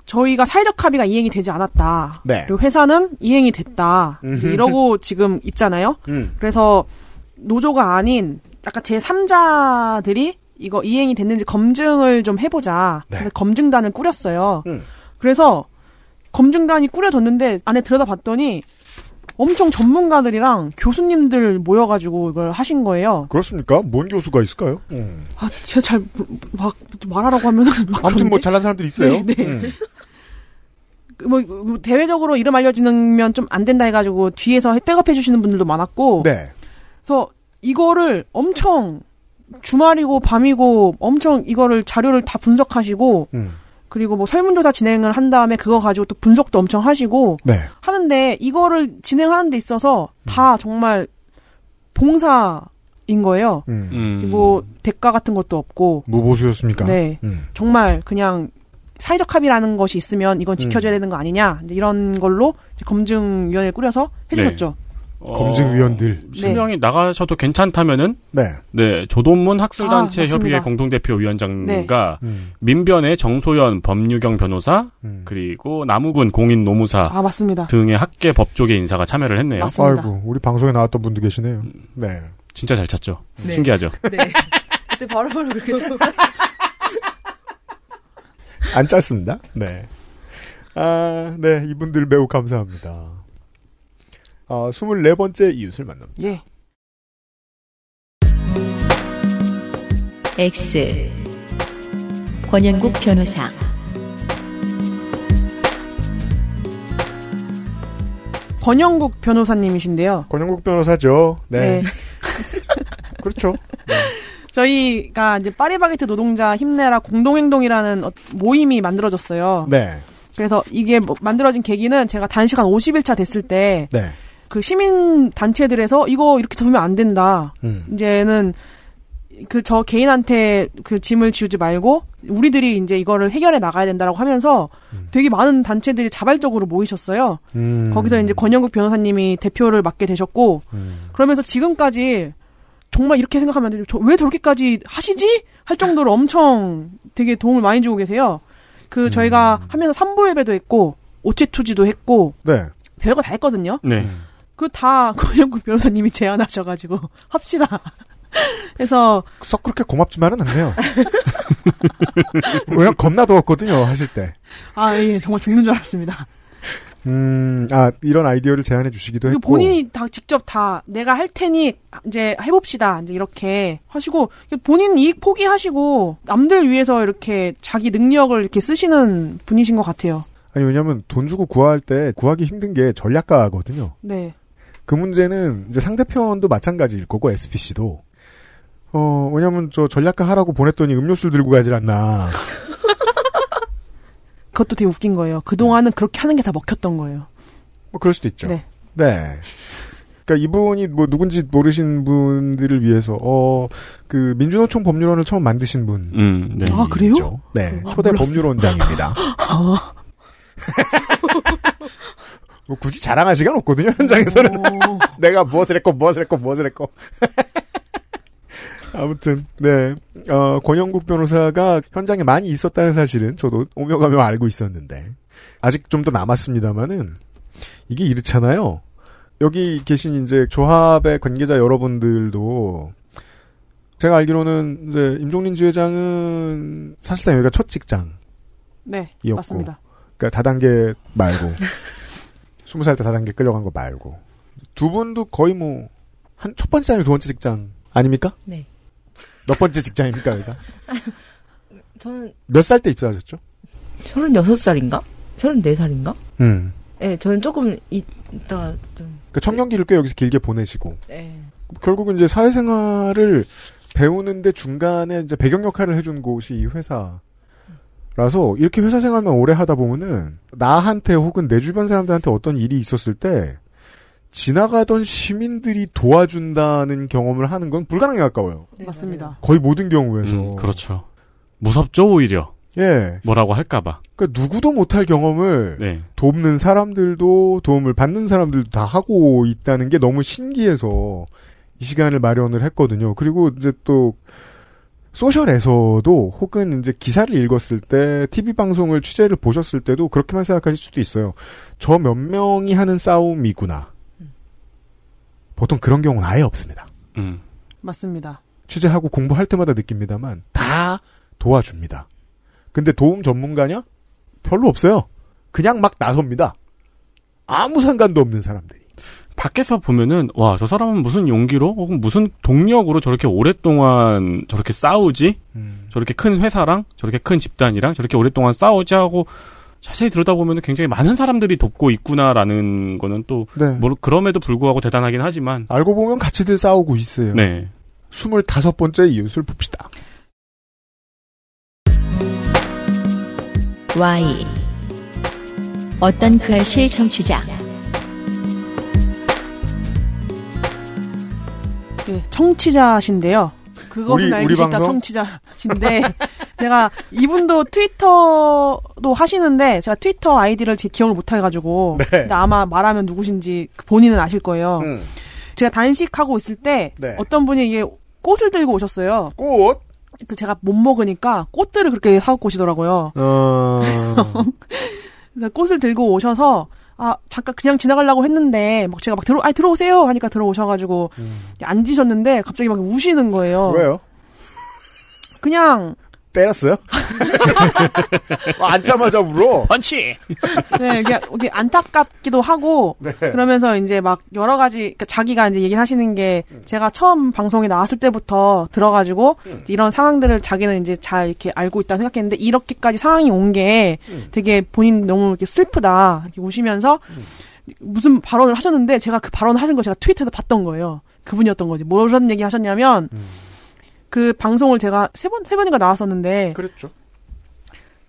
Speaker 10: 저희가 사회적 합의가 이행이 되지 않았다.
Speaker 14: 네.
Speaker 10: 그리고 회사는 이행이 됐다.
Speaker 14: 음흠.
Speaker 10: 이러고 지금 있잖아요.
Speaker 14: 음.
Speaker 10: 그래서 노조가 아닌 약간 제3자들이 이거 이행이 됐는지 검증을 좀 해보자.
Speaker 14: 네.
Speaker 10: 그래서 검증단을 꾸렸어요.
Speaker 14: 음.
Speaker 10: 그래서 검증단이 꾸려졌는데 안에 들여다봤더니 엄청 전문가들이랑 교수님들 모여가지고 이걸 하신 거예요.
Speaker 2: 그렇습니까? 뭔 교수가 있을까요?
Speaker 10: 아, 제가 잘, 모- 막, 말하라고 하면은. 막
Speaker 2: 아무튼 뭐
Speaker 10: 그런데?
Speaker 2: 잘난 사람들 있어요.
Speaker 10: 네, 네.
Speaker 2: 음.
Speaker 10: 그 뭐, 뭐 대외적으로 이름 알려지면 좀 안 된다 해가지고 뒤에서 백업해주시는 분들도 많았고.
Speaker 2: 네.
Speaker 10: 그래서 이거를 엄청 주말이고 밤이고 엄청 이거를 자료를 다 분석하시고.
Speaker 2: 음.
Speaker 10: 그리고 뭐 설문조사 진행을 한 다음에 그거 가지고 또 분석도 엄청 하시고.
Speaker 2: 네.
Speaker 10: 하는데 이거를 진행하는 데 있어서
Speaker 2: 음.
Speaker 10: 다 정말 봉사인 거예요.
Speaker 3: 음.
Speaker 10: 뭐 대가 같은 것도 없고
Speaker 2: 음. 무보수였습니까?
Speaker 10: 네.
Speaker 2: 음.
Speaker 10: 정말 그냥 사회적 합의라는 것이 있으면 이건 지켜줘야 되는 거 아니냐 이제 이런 걸로 이제 검증위원회를 꾸려서 해주셨죠.
Speaker 3: 어.
Speaker 2: 어. 검증위원들.
Speaker 3: 실명이 나가셔도 괜찮다면은
Speaker 2: 네.
Speaker 3: 네, 조동문 학술단체
Speaker 10: 아, 맞습니다. 네.
Speaker 3: 협의회 공동대표 위원장과 민변의 정소연 법유경 변호사
Speaker 2: 음.
Speaker 3: 그리고 남우군 공인 노무사
Speaker 10: 아 맞습니다.
Speaker 3: 등의 학계 법조계 인사가 참여를 했네요.
Speaker 2: 아이고, 우리 방송에 나왔던 분도 계시네요. 네.
Speaker 3: 진짜 잘 찾죠.
Speaker 11: 네.
Speaker 3: 신기하죠.
Speaker 11: 네. 그때 바로바로 그렇게 찾
Speaker 2: 안 짧습니다. 네. 아, 네. 이분들 매우 감사합니다. 아, 24번째 이웃을 만납니다.
Speaker 10: 예.
Speaker 1: X 권영국 변호사
Speaker 10: 권영국 변호사님이신데요.
Speaker 2: 권영국 변호사죠. 네. 그렇죠.
Speaker 10: 저희가 이제 파리바게트 노동자 힘내라 공동행동이라는 어- 모임이 만들어졌어요.
Speaker 2: 네.
Speaker 10: 그래서 이게 뭐- 만들어진 계기는 제가 단식 한 50일차 됐을 때
Speaker 2: 네.
Speaker 10: 그 시민 단체들에서 이거 이렇게 두면 안 된다.
Speaker 2: 음.
Speaker 10: 이제는 그 저 개인한테 그 짐을 지우지 말고 우리들이 이제 이거를 해결해 나가야 된다라고 하면서 되게 많은 단체들이 자발적으로 모이셨어요.
Speaker 2: 음.
Speaker 10: 거기서 이제 권영국 변호사님이 대표를 맡게 되셨고 그러면서 지금까지 정말 이렇게 생각하면 안 되죠. 저- 왜 저렇게까지 하시지? 할 정도로 엄청 되게 도움을 많이 주고 계세요. 그 저희가 하면서 삼보 예배도 했고 오체 투지도 했고
Speaker 2: 네.
Speaker 10: 별거 다 했거든요.
Speaker 3: 네.
Speaker 2: 음.
Speaker 10: 그 다 권영국 변호사님이 제안하셔가지고 합시다. 그래서
Speaker 2: 썩 그렇게 고맙지만은 않네요. 왜냐 겁나 더웠거든요 하실 때.
Speaker 10: 아 예 정말 죽는 줄 알았습니다.
Speaker 2: 음, 아 이런 아이디어를 제안해 주시기도
Speaker 10: 그리고
Speaker 2: 했고.
Speaker 10: 본인이 다 직접 다 내가 할 테니 이제 해봅시다 이제 이렇게 하시고 본인 이익 포기하시고 남들 위해서 이렇게 자기 능력을 이렇게 쓰시는 분이신 것 같아요.
Speaker 2: 아니 왜냐면 돈 주고 구할 때 구하기 힘든 게 전략가거든요.
Speaker 10: 네.
Speaker 2: 그 문제는 이제 상대편도 마찬가지일 거고 SPC도. 어 왜냐면 저 전략가 하라고 보냈더니 음료수 들고 가질 않나.
Speaker 10: 그것도 되게 웃긴 거예요. 그동안은 그렇게 하는 게 다 먹혔던 거예요.
Speaker 2: 뭐 네. 그럴 수도 있죠.
Speaker 10: 네.
Speaker 2: 네. 그러니까 이분이 뭐 누군지 모르신 분들을 위해서 어 그 민주노총 법률원을 처음 만드신 분.
Speaker 3: 음, 네.
Speaker 10: 아, 그래요?
Speaker 2: 네.
Speaker 10: 아,
Speaker 2: 초대
Speaker 10: 몰랐어요.
Speaker 2: 법률원장입니다.
Speaker 10: 아,
Speaker 2: 뭐 굳이 자랑할 시간 없거든요 현장에서는 내가 무엇을 했고 무엇을 했고 무엇을 했고 아무튼 네 어, 권영국 변호사가 현장에 많이 있었다는 사실은 저도 오며 가며 알고 있었는데 아직 좀 더 남았습니다만은 이게 이렇잖아요 여기 계신 이제 조합의 관계자 여러분들도 제가 알기로는 이제 임종린 지회장은 사실상 여기가 첫 직장
Speaker 10: 네,
Speaker 2: 이었고.
Speaker 10: 맞습니다.
Speaker 2: 그러니까 다단계 말고 스무 살 때 다단계 끌려간 거 말고 두 분도 거의 뭐 한 첫 번째 아니면 두 번째 직장 아닙니까?
Speaker 11: 네.
Speaker 2: 몇 번째 직장입니까? 여기가?
Speaker 11: 저는
Speaker 2: 몇 살 때 입사하셨죠?
Speaker 11: 36살인가? 34살인가?
Speaker 2: 음.
Speaker 11: 네, 저는 조금 이따 좀
Speaker 2: 그 청년기를 꽤 여기서 길게 보내시고
Speaker 11: 네.
Speaker 2: 결국은 이제 사회생활을 배우는데 중간에 이제 배경 역할을 해준 곳이 이 회사라서 이렇게 회사 생활만 오래 하다 보면은 나한테 혹은 내 주변 사람들한테 어떤 일이 있었을 때 지나가던 시민들이 도와준다는 경험을 하는 건 불가능에 가까워요.
Speaker 10: 맞습니다.
Speaker 2: 거의 모든 경우에서.
Speaker 3: 음, 그렇죠. 무섭죠 오히려.
Speaker 2: 예.
Speaker 3: 뭐라고 할까봐.
Speaker 2: 그러니까 누구도 못할 경험을
Speaker 3: 네.
Speaker 2: 돕는 사람들도 도움을 받는 사람들도 다 하고 있다는 게 너무 신기해서 이 시간을 마련을 했거든요. 그리고 이제 또 소셜에서도 혹은 이제 기사를 읽었을 때 TV 방송을 취재를 보셨을 때도 그렇게만 생각하실 수도 있어요. 저 몇 명이 하는 싸움이구나. 보통 그런 경우는 아예 없습니다.
Speaker 3: 음.
Speaker 10: 맞습니다.
Speaker 2: 취재하고 공부할 때마다 느낍니다만 다 도와줍니다. 근데 도움 전문가냐? 별로 없어요. 그냥 막 나섭니다. 아무 상관도 없는 사람들이.
Speaker 3: 밖에서 보면은 와 저 사람은 무슨 용기로 혹은 무슨 동력으로 저렇게 오랫동안 저렇게 싸우지 저렇게 큰 회사랑 저렇게 큰 집단이랑 저렇게 오랫동안 싸우지 하고 자세히 들여다보면 굉장히 많은 사람들이 돕고 있구나라는 거는 또
Speaker 2: 네.
Speaker 3: 뭘- 그럼에도 불구하고 대단하긴 하지만
Speaker 2: 알고 보면 같이들 싸우고 있어요.
Speaker 3: 네
Speaker 2: 25번째 이웃을 봅시다.
Speaker 1: Y 어떤 그 알실 청취자
Speaker 10: 네, 청취자신데요. 그것은
Speaker 2: 우리-
Speaker 10: 알기
Speaker 2: 우리
Speaker 10: 싫다
Speaker 2: 방송?
Speaker 10: 청취자신데 내가 이분도 트위터도 하시는데 제가 트위터 아이디를 제 기억을 못 해가지고
Speaker 14: 네.
Speaker 10: 근데 아마 말하면 누구신지 본인은 아실 거예요.
Speaker 2: 음.
Speaker 10: 제가 단식하고 있을 때
Speaker 14: 네.
Speaker 10: 어떤 분이 이게 꽃을 들고 오셨어요.
Speaker 2: 꽃?
Speaker 10: 그 제가 못 먹으니까 꽃들을 그렇게 사고 오시더라고요.
Speaker 2: 어,
Speaker 10: 그래서 꽃을 들고 오셔서 아 잠깐 그냥 지나가려고 했는데 막 제가 막 들어 아 들어오세요 하니까 들어오셔가지고 앉으셨는데 갑자기 막 우시는 거예요.
Speaker 2: 음. 왜요?
Speaker 10: 그냥
Speaker 2: 때렸어요? 아, 앉자마자 울어.
Speaker 8: 펀치.
Speaker 10: 네, 그냥 이게 안타깝기도 하고
Speaker 2: 네.
Speaker 10: 그러면서 이제 막 여러 가지 그러니까 자기가 이제 얘기를 하시는 게 제가 처음 방송에 나왔을 때부터 들어가지고
Speaker 2: 음.
Speaker 10: 이런 상황들을 자기는 이제 잘 이렇게 알고 있다 생각했는데 이렇게까지 상황이 온 게
Speaker 2: 음.
Speaker 10: 되게 본인 너무 이렇게 슬프다 이렇게 우시면서 무슨 발언을 하셨는데 제가 그 발언을 하신 걸 제가 트위터에서 봤던 거예요. 그분이었던 거지. 뭐라는 얘기 하셨냐면
Speaker 2: 음.
Speaker 10: 그 방송을 제가 세 번, 세 번인가 나왔었는데.
Speaker 2: 그랬죠.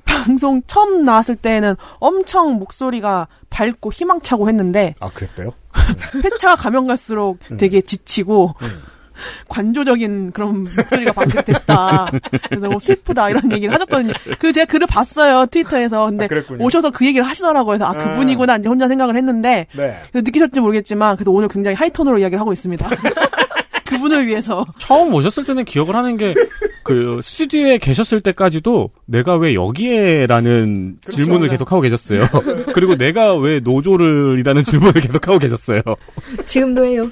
Speaker 10: 방송 처음 나왔을 때는 엄청 목소리가 밝고 희망차고 했는데,
Speaker 2: 아, 그랬대요?
Speaker 10: 회차가 가면 갈수록 되게 지치고, 관조적인 그런 목소리가 바뀌게 됐다. 그래서 뭐 슬프다 이런 얘기를 하셨거든요. 그 제가 글을 봤어요 트위터에서. 근데 오셔서 그 얘기를 하시더라고요. 그래서 아
Speaker 14: 아.
Speaker 10: 그분이구나 이제 혼자 생각을 했는데
Speaker 14: 네.
Speaker 10: 그래서 느끼셨는지 모르겠지만 그래도 오늘 굉장히 하이톤으로 이야기를 하고 있습니다. 그분을 위해서.
Speaker 3: 처음 오셨을 때는 기억을 하는 게 그 스튜디오에 계셨을 때까지도 내가 왜 여기에라는 질문을 계속 하고 계셨어요. 그리고 내가 왜 노조를이라는 질문을 계속 하고 계셨어요.
Speaker 11: 지금도 해요.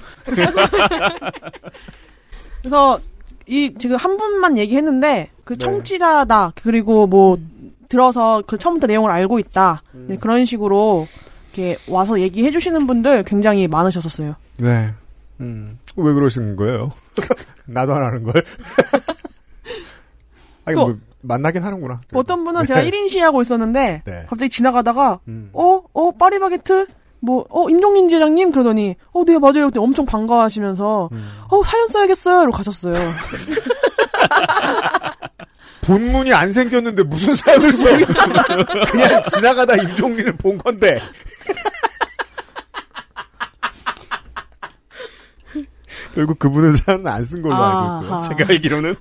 Speaker 10: 그래서 이 지금 한 분만 얘기했는데
Speaker 2: 네.
Speaker 10: 그 청취자다 그리고 뭐
Speaker 2: 음.
Speaker 10: 들어서 그 처음부터 내용을 알고 있다 네, 그런 식으로 이렇게 와서 얘기해 주시는 분들 굉장히 많으셨었어요.
Speaker 2: 네. 음. 왜 그러신 거예요? 나도 안 하는 걸. 아니, 뭐, 만나긴 하는구나.
Speaker 10: 어떤 분은 제가
Speaker 2: 네.
Speaker 10: 1인 시하고 있었는데
Speaker 2: 네. 음.
Speaker 10: 갑자기 지나가다가 어? 어? 파리바게트? 뭐, 어, 임종민 지장님? 그러더니, 어, 네, 맞아요. 그때 엄청 반가워하시면서,
Speaker 2: 음.
Speaker 10: 어, 사연 써야겠어요. 이러고 가셨어요.
Speaker 2: 본문이 안 생겼는데 무슨 사연을 써? 그냥 지나가다 임종민을 본 건데. 결국 그분은 사연은 안 쓴 걸로 알고 있고요.
Speaker 10: 아하.
Speaker 2: 제가 알기로는.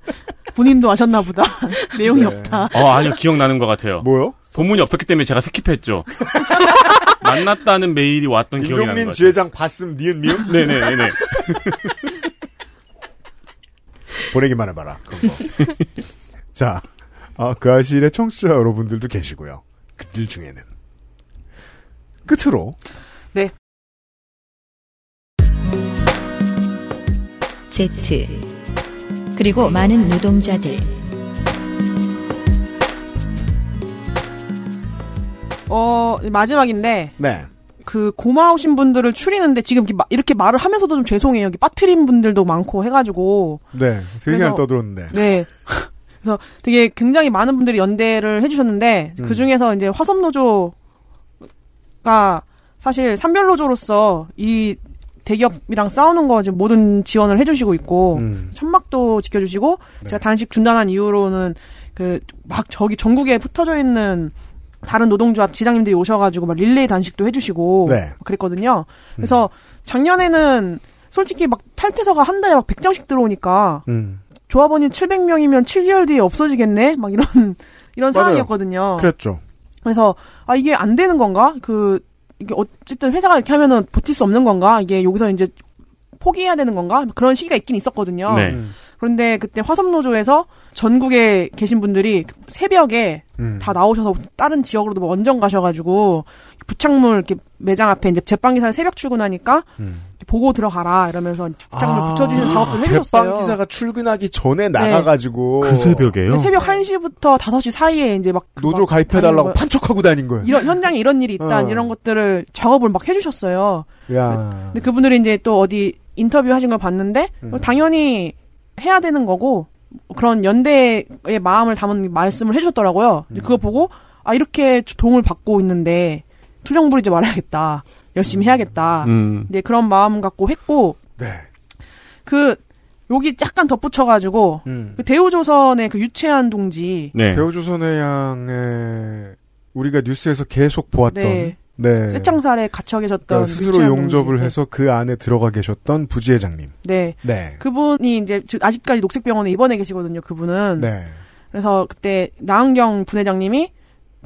Speaker 10: 본인도 아셨나 보다. 내용이
Speaker 2: 네.
Speaker 10: 없다.
Speaker 3: 어, 아니요. 기억나는 것 같아요.
Speaker 2: 뭐요?
Speaker 3: 본문이 없었기 때문에 제가 스킵했죠. 만났다는 메일이 왔던 기억이 나는
Speaker 2: 임종민
Speaker 3: 거죠.
Speaker 2: 지회장 봤음 니은 미음?
Speaker 3: 네네네네. 어.
Speaker 2: 보내기만 해봐라. 그런 거. 자, 아, 그 아실의 청취자 여러분들도 계시고요. 그들 중에는. 끝으로
Speaker 10: 네.
Speaker 1: Z 그리고 많은 노동자들
Speaker 10: 어, 마지막인데
Speaker 2: 네.
Speaker 10: 그 고마우신 분들을 추리는데 지금 이렇게, 마- 이렇게 말을 하면서도 좀 죄송해요. 여기 빠트린 분들도 많고 해가지고
Speaker 2: 네. 세
Speaker 10: 그래서-
Speaker 2: 시간을 떠들었는데.
Speaker 10: 네. 그래서 되게 굉장히 많은 분들이 연대를 해주셨는데
Speaker 2: 음.
Speaker 10: 그 중에서 이제 화섬 노조가 사실 삼별 노조로서 이 대기업이랑 싸우는 거 지금 모든 지원을 해주시고 있고
Speaker 2: 음.
Speaker 10: 천막도 지켜주시고
Speaker 2: 네.
Speaker 10: 제가 단식 중단한 이후로는 그 막 저기 전국에 흩어져 있는 다른 노동조합 지장님들이 오셔가지고 막 릴레이 단식도 해주시고
Speaker 2: 네.
Speaker 10: 그랬거든요. 그래서
Speaker 2: 음.
Speaker 10: 작년에는 솔직히 막 탈퇴서가 한 달에 막 100장씩 들어오니까
Speaker 2: 음.
Speaker 10: 조합원이 700명이면 7개월 뒤에 없어지겠네? 막 이런,
Speaker 2: 맞아요.
Speaker 10: 이런 상황이었거든요.
Speaker 2: 그랬죠.
Speaker 10: 래서 아, 이게 안 되는 건가? 그, 이게 어쨌든 회사가 이렇게 하면은 버틸 수 없는 건가? 이게 여기서 이제 포기해야 되는 건가? 그런 시기가 있긴 있었거든요.
Speaker 3: 네.
Speaker 2: 음.
Speaker 10: 그런데 그때 화섬노조에서 전국에 계신 분들이 새벽에
Speaker 3: 음.
Speaker 10: 다 나오셔서 다른 지역으로도 뭐 원정 가셔가지고 부착물 이렇게 매장 앞에 이제 제빵기사 새벽 출근하니까 보고 들어가라 이러면서 부착물 붙여주시는 작업도 해주셨어요.
Speaker 2: 음. 아,
Speaker 10: 네.
Speaker 2: 제빵기사가 출근하기 전에 나가가지고.
Speaker 3: 그 새벽에요?
Speaker 10: 새벽 1시부터 5시 사이에 이제 그 막
Speaker 2: 노조 가입해달라고
Speaker 10: 아니, 뭐-
Speaker 2: 판촉하고 다닌 거예요.
Speaker 10: 이런 현장에 이런 일이 있다
Speaker 2: 어.
Speaker 10: 이런 것들을 작업을 막 해주셨어요.
Speaker 2: 야.
Speaker 10: 근데 그분들이 이제 또 어디 인터뷰 하신 걸 봤는데
Speaker 2: 음.
Speaker 10: 뭐 당연히 해야 되는 거고 그런 연대의 마음을 담은 말씀을 해주셨더라고요.
Speaker 2: 음.
Speaker 10: 근데 그거 보고 아 이렇게 도움을 받고 있는데 투정 부리지 말아야겠다. 열심히 해야겠다.
Speaker 3: 음.
Speaker 10: 네 그런 마음 갖고 했고
Speaker 3: 네.
Speaker 2: 네.
Speaker 10: 그 여기 약간 덧붙여가지고
Speaker 2: 음.
Speaker 10: 그 대우조선의 그 유채한 동지
Speaker 3: 네.
Speaker 2: 대우조선의 양에 우리가 뉴스에서 계속 보았던.
Speaker 10: 네.
Speaker 2: 네.
Speaker 10: 쇠창살에 갇혀 계셨던
Speaker 2: 그러니까 스스로
Speaker 10: 유치한
Speaker 2: 용접을
Speaker 10: 동지.
Speaker 2: 해서 그 안에 들어가 계셨던 부지회장님.
Speaker 10: 네.
Speaker 2: 네.
Speaker 10: 그분이 이제 지금 아직까지 녹색병원에 입원해 계시거든요. 그분은.
Speaker 2: 네.
Speaker 10: 그래서 그때 나은경 분회장님이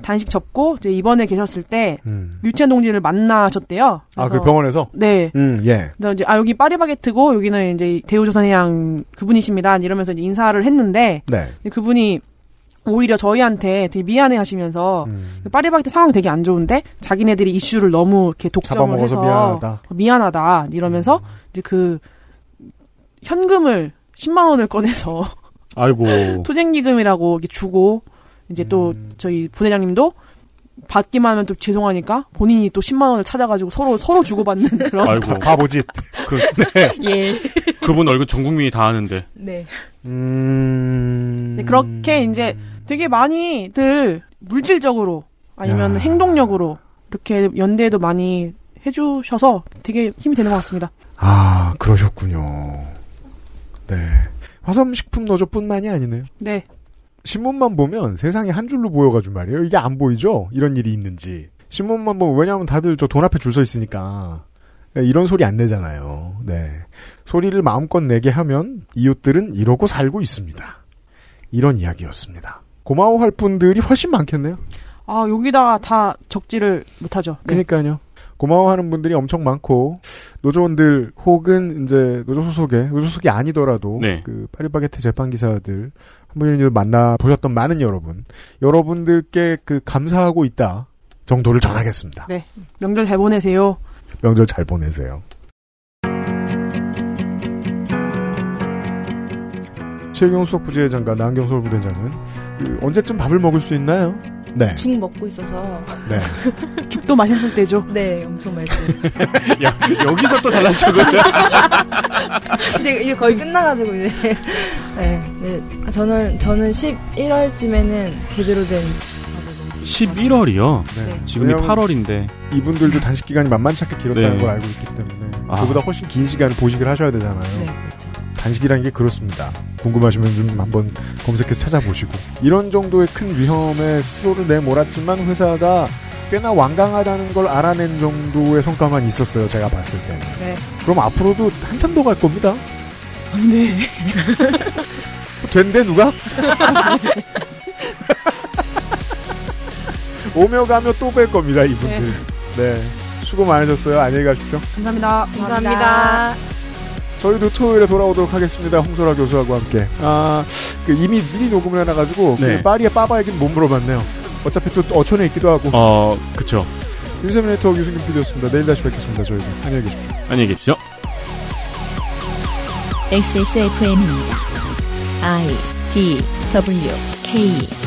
Speaker 10: 단식 접고 이제 입원해 계셨을 때
Speaker 2: 음.
Speaker 10: 유치원 동지를 만나셨대요.
Speaker 2: 아, 그
Speaker 10: 그래서
Speaker 2: 병원에서?
Speaker 10: 네.
Speaker 2: 음, 예.
Speaker 10: 그래서 이제 아 여기 파리바게트고 여기는 이제 대우조선해양 그분이십니다. 이러면서 이제 인사를 했는데
Speaker 2: 네.
Speaker 10: 근데 그분이 오히려 저희한테 되게 미안해 하시면서
Speaker 2: 음.
Speaker 10: 그 파리바게트 상황이 되게 안 좋은데 자기네들이 이슈를 너무 이렇게 독점을
Speaker 2: 잡아먹어서
Speaker 10: 해서
Speaker 2: 미안하다. 음.
Speaker 10: 미안하다 이러면서 이제 그 현금을 10만 원을 꺼내서
Speaker 3: 아이고.
Speaker 10: 투쟁기금이라고 이렇게 주고 이제 또
Speaker 3: 음.
Speaker 10: 저희 부회장님도 받기만 하면 또 죄송하니까 본인이 또 10만 원을 찾아가지고 서로 서로 주고받는 그런
Speaker 3: 아이고.
Speaker 2: 바보짓. 그, 네.
Speaker 10: 예.
Speaker 3: 그분 얼굴 전 국민이 다 아는데.
Speaker 10: 네.
Speaker 2: 음.
Speaker 10: 네, 그렇게 이제 되게 많이들 물질적으로 아니면 행동력으로 이렇게 연대도 많이 해주셔서 되게 힘이 되는 것 같습니다.
Speaker 2: 아, 그러셨군요. 네. 화섬식품 노조뿐만이 아니네요.
Speaker 10: 네.
Speaker 2: 신문만 보면 세상이 한 줄로 보여가지고 말이에요. 이게 안 보이죠? 이런 일이 있는지. 신문만 보면, 왜냐하면 다들 저 돈 앞에 줄 서 있으니까. 네, 이런 소리 안 내잖아요. 네. 소리를 마음껏 내게 하면 이웃들은 이러고 살고 있습니다. 이런 이야기였습니다. 고마워할 분들이 훨씬 많겠네요.
Speaker 10: 아 여기다가 다 적지를 못하죠. 네.
Speaker 2: 그러니까요. 고마워하는 분들이 엄청 많고 노조원들 혹은 이제 노조 소속의 노조 소속이 아니더라도
Speaker 3: 네.
Speaker 2: 그 파리바게트 재판 기사들 한 분을 만나 보셨던 많은 여러분 여러분들께 그 감사하고 있다 정도를 전하겠습니다.
Speaker 10: 네. 명절 잘 보내세요.
Speaker 2: 명절 잘 보내세요. 최경 수석 부지회장과 나은경 서울 부대장은 그 언제쯤 밥을 먹을 수 있나요? 네.
Speaker 11: 죽 먹고 있어서
Speaker 2: 네.
Speaker 10: 죽도 마셨을 때죠.
Speaker 11: 네, 엄청 맛있어요.
Speaker 3: 야, 여기서 또 잘난 척을.
Speaker 11: 근데 이게 거의 끝나가지고 이제 네, 네. 저는 저는 11월쯤에는 제대로 된
Speaker 3: 11월이요. 지금이
Speaker 2: 왜냐면
Speaker 3: 8월인데.
Speaker 2: 이분들도 단식 기간이 만만치 않게 길었다는
Speaker 3: 네.
Speaker 2: 걸 알고 있기 때문에
Speaker 3: 아.
Speaker 2: 그보다 훨씬 긴 시간 보식을 하셔야
Speaker 10: 네,
Speaker 2: 되잖아요.
Speaker 10: 그렇죠.
Speaker 2: 단식이라는 게 그렇습니다. 궁금하시면 좀 한번 검색해서 찾아보시고 이런 정도의 큰 위험에 스스로를 내몰았지만 회사가 꽤나 완강하다는 걸 알아낸 정도의 성과만 있었어요. 제가 봤을 때는.
Speaker 10: 네.
Speaker 2: 그럼 앞으로도 한참 더 갈 겁니다.
Speaker 10: 네.
Speaker 2: 된대 누가? 오며 가며 또 뵐 겁니다 이분들. 네. 수고 많으셨어요. 안녕히 가십시오.
Speaker 10: 감사합니다.
Speaker 13: 감사합니다.
Speaker 2: 저희도 토요일에 돌아오도록 하겠습니다. 홍소라 교수하고 함께. 아, 그 이미 미리 녹음을 해놔가지고
Speaker 3: 네.
Speaker 2: 그 파리의 빠바에겐 못 물어봤네요. 어차피 또 어천에 있기도 하고.
Speaker 3: 어, 그쵸.
Speaker 2: 윤세민 네트워크 유승균 PD였습니다. 내일 다시 뵙겠습니다. 저희는. 안녕히 계십시오.
Speaker 3: 안녕히 계십시오.
Speaker 1: XSFM입니다. I D W K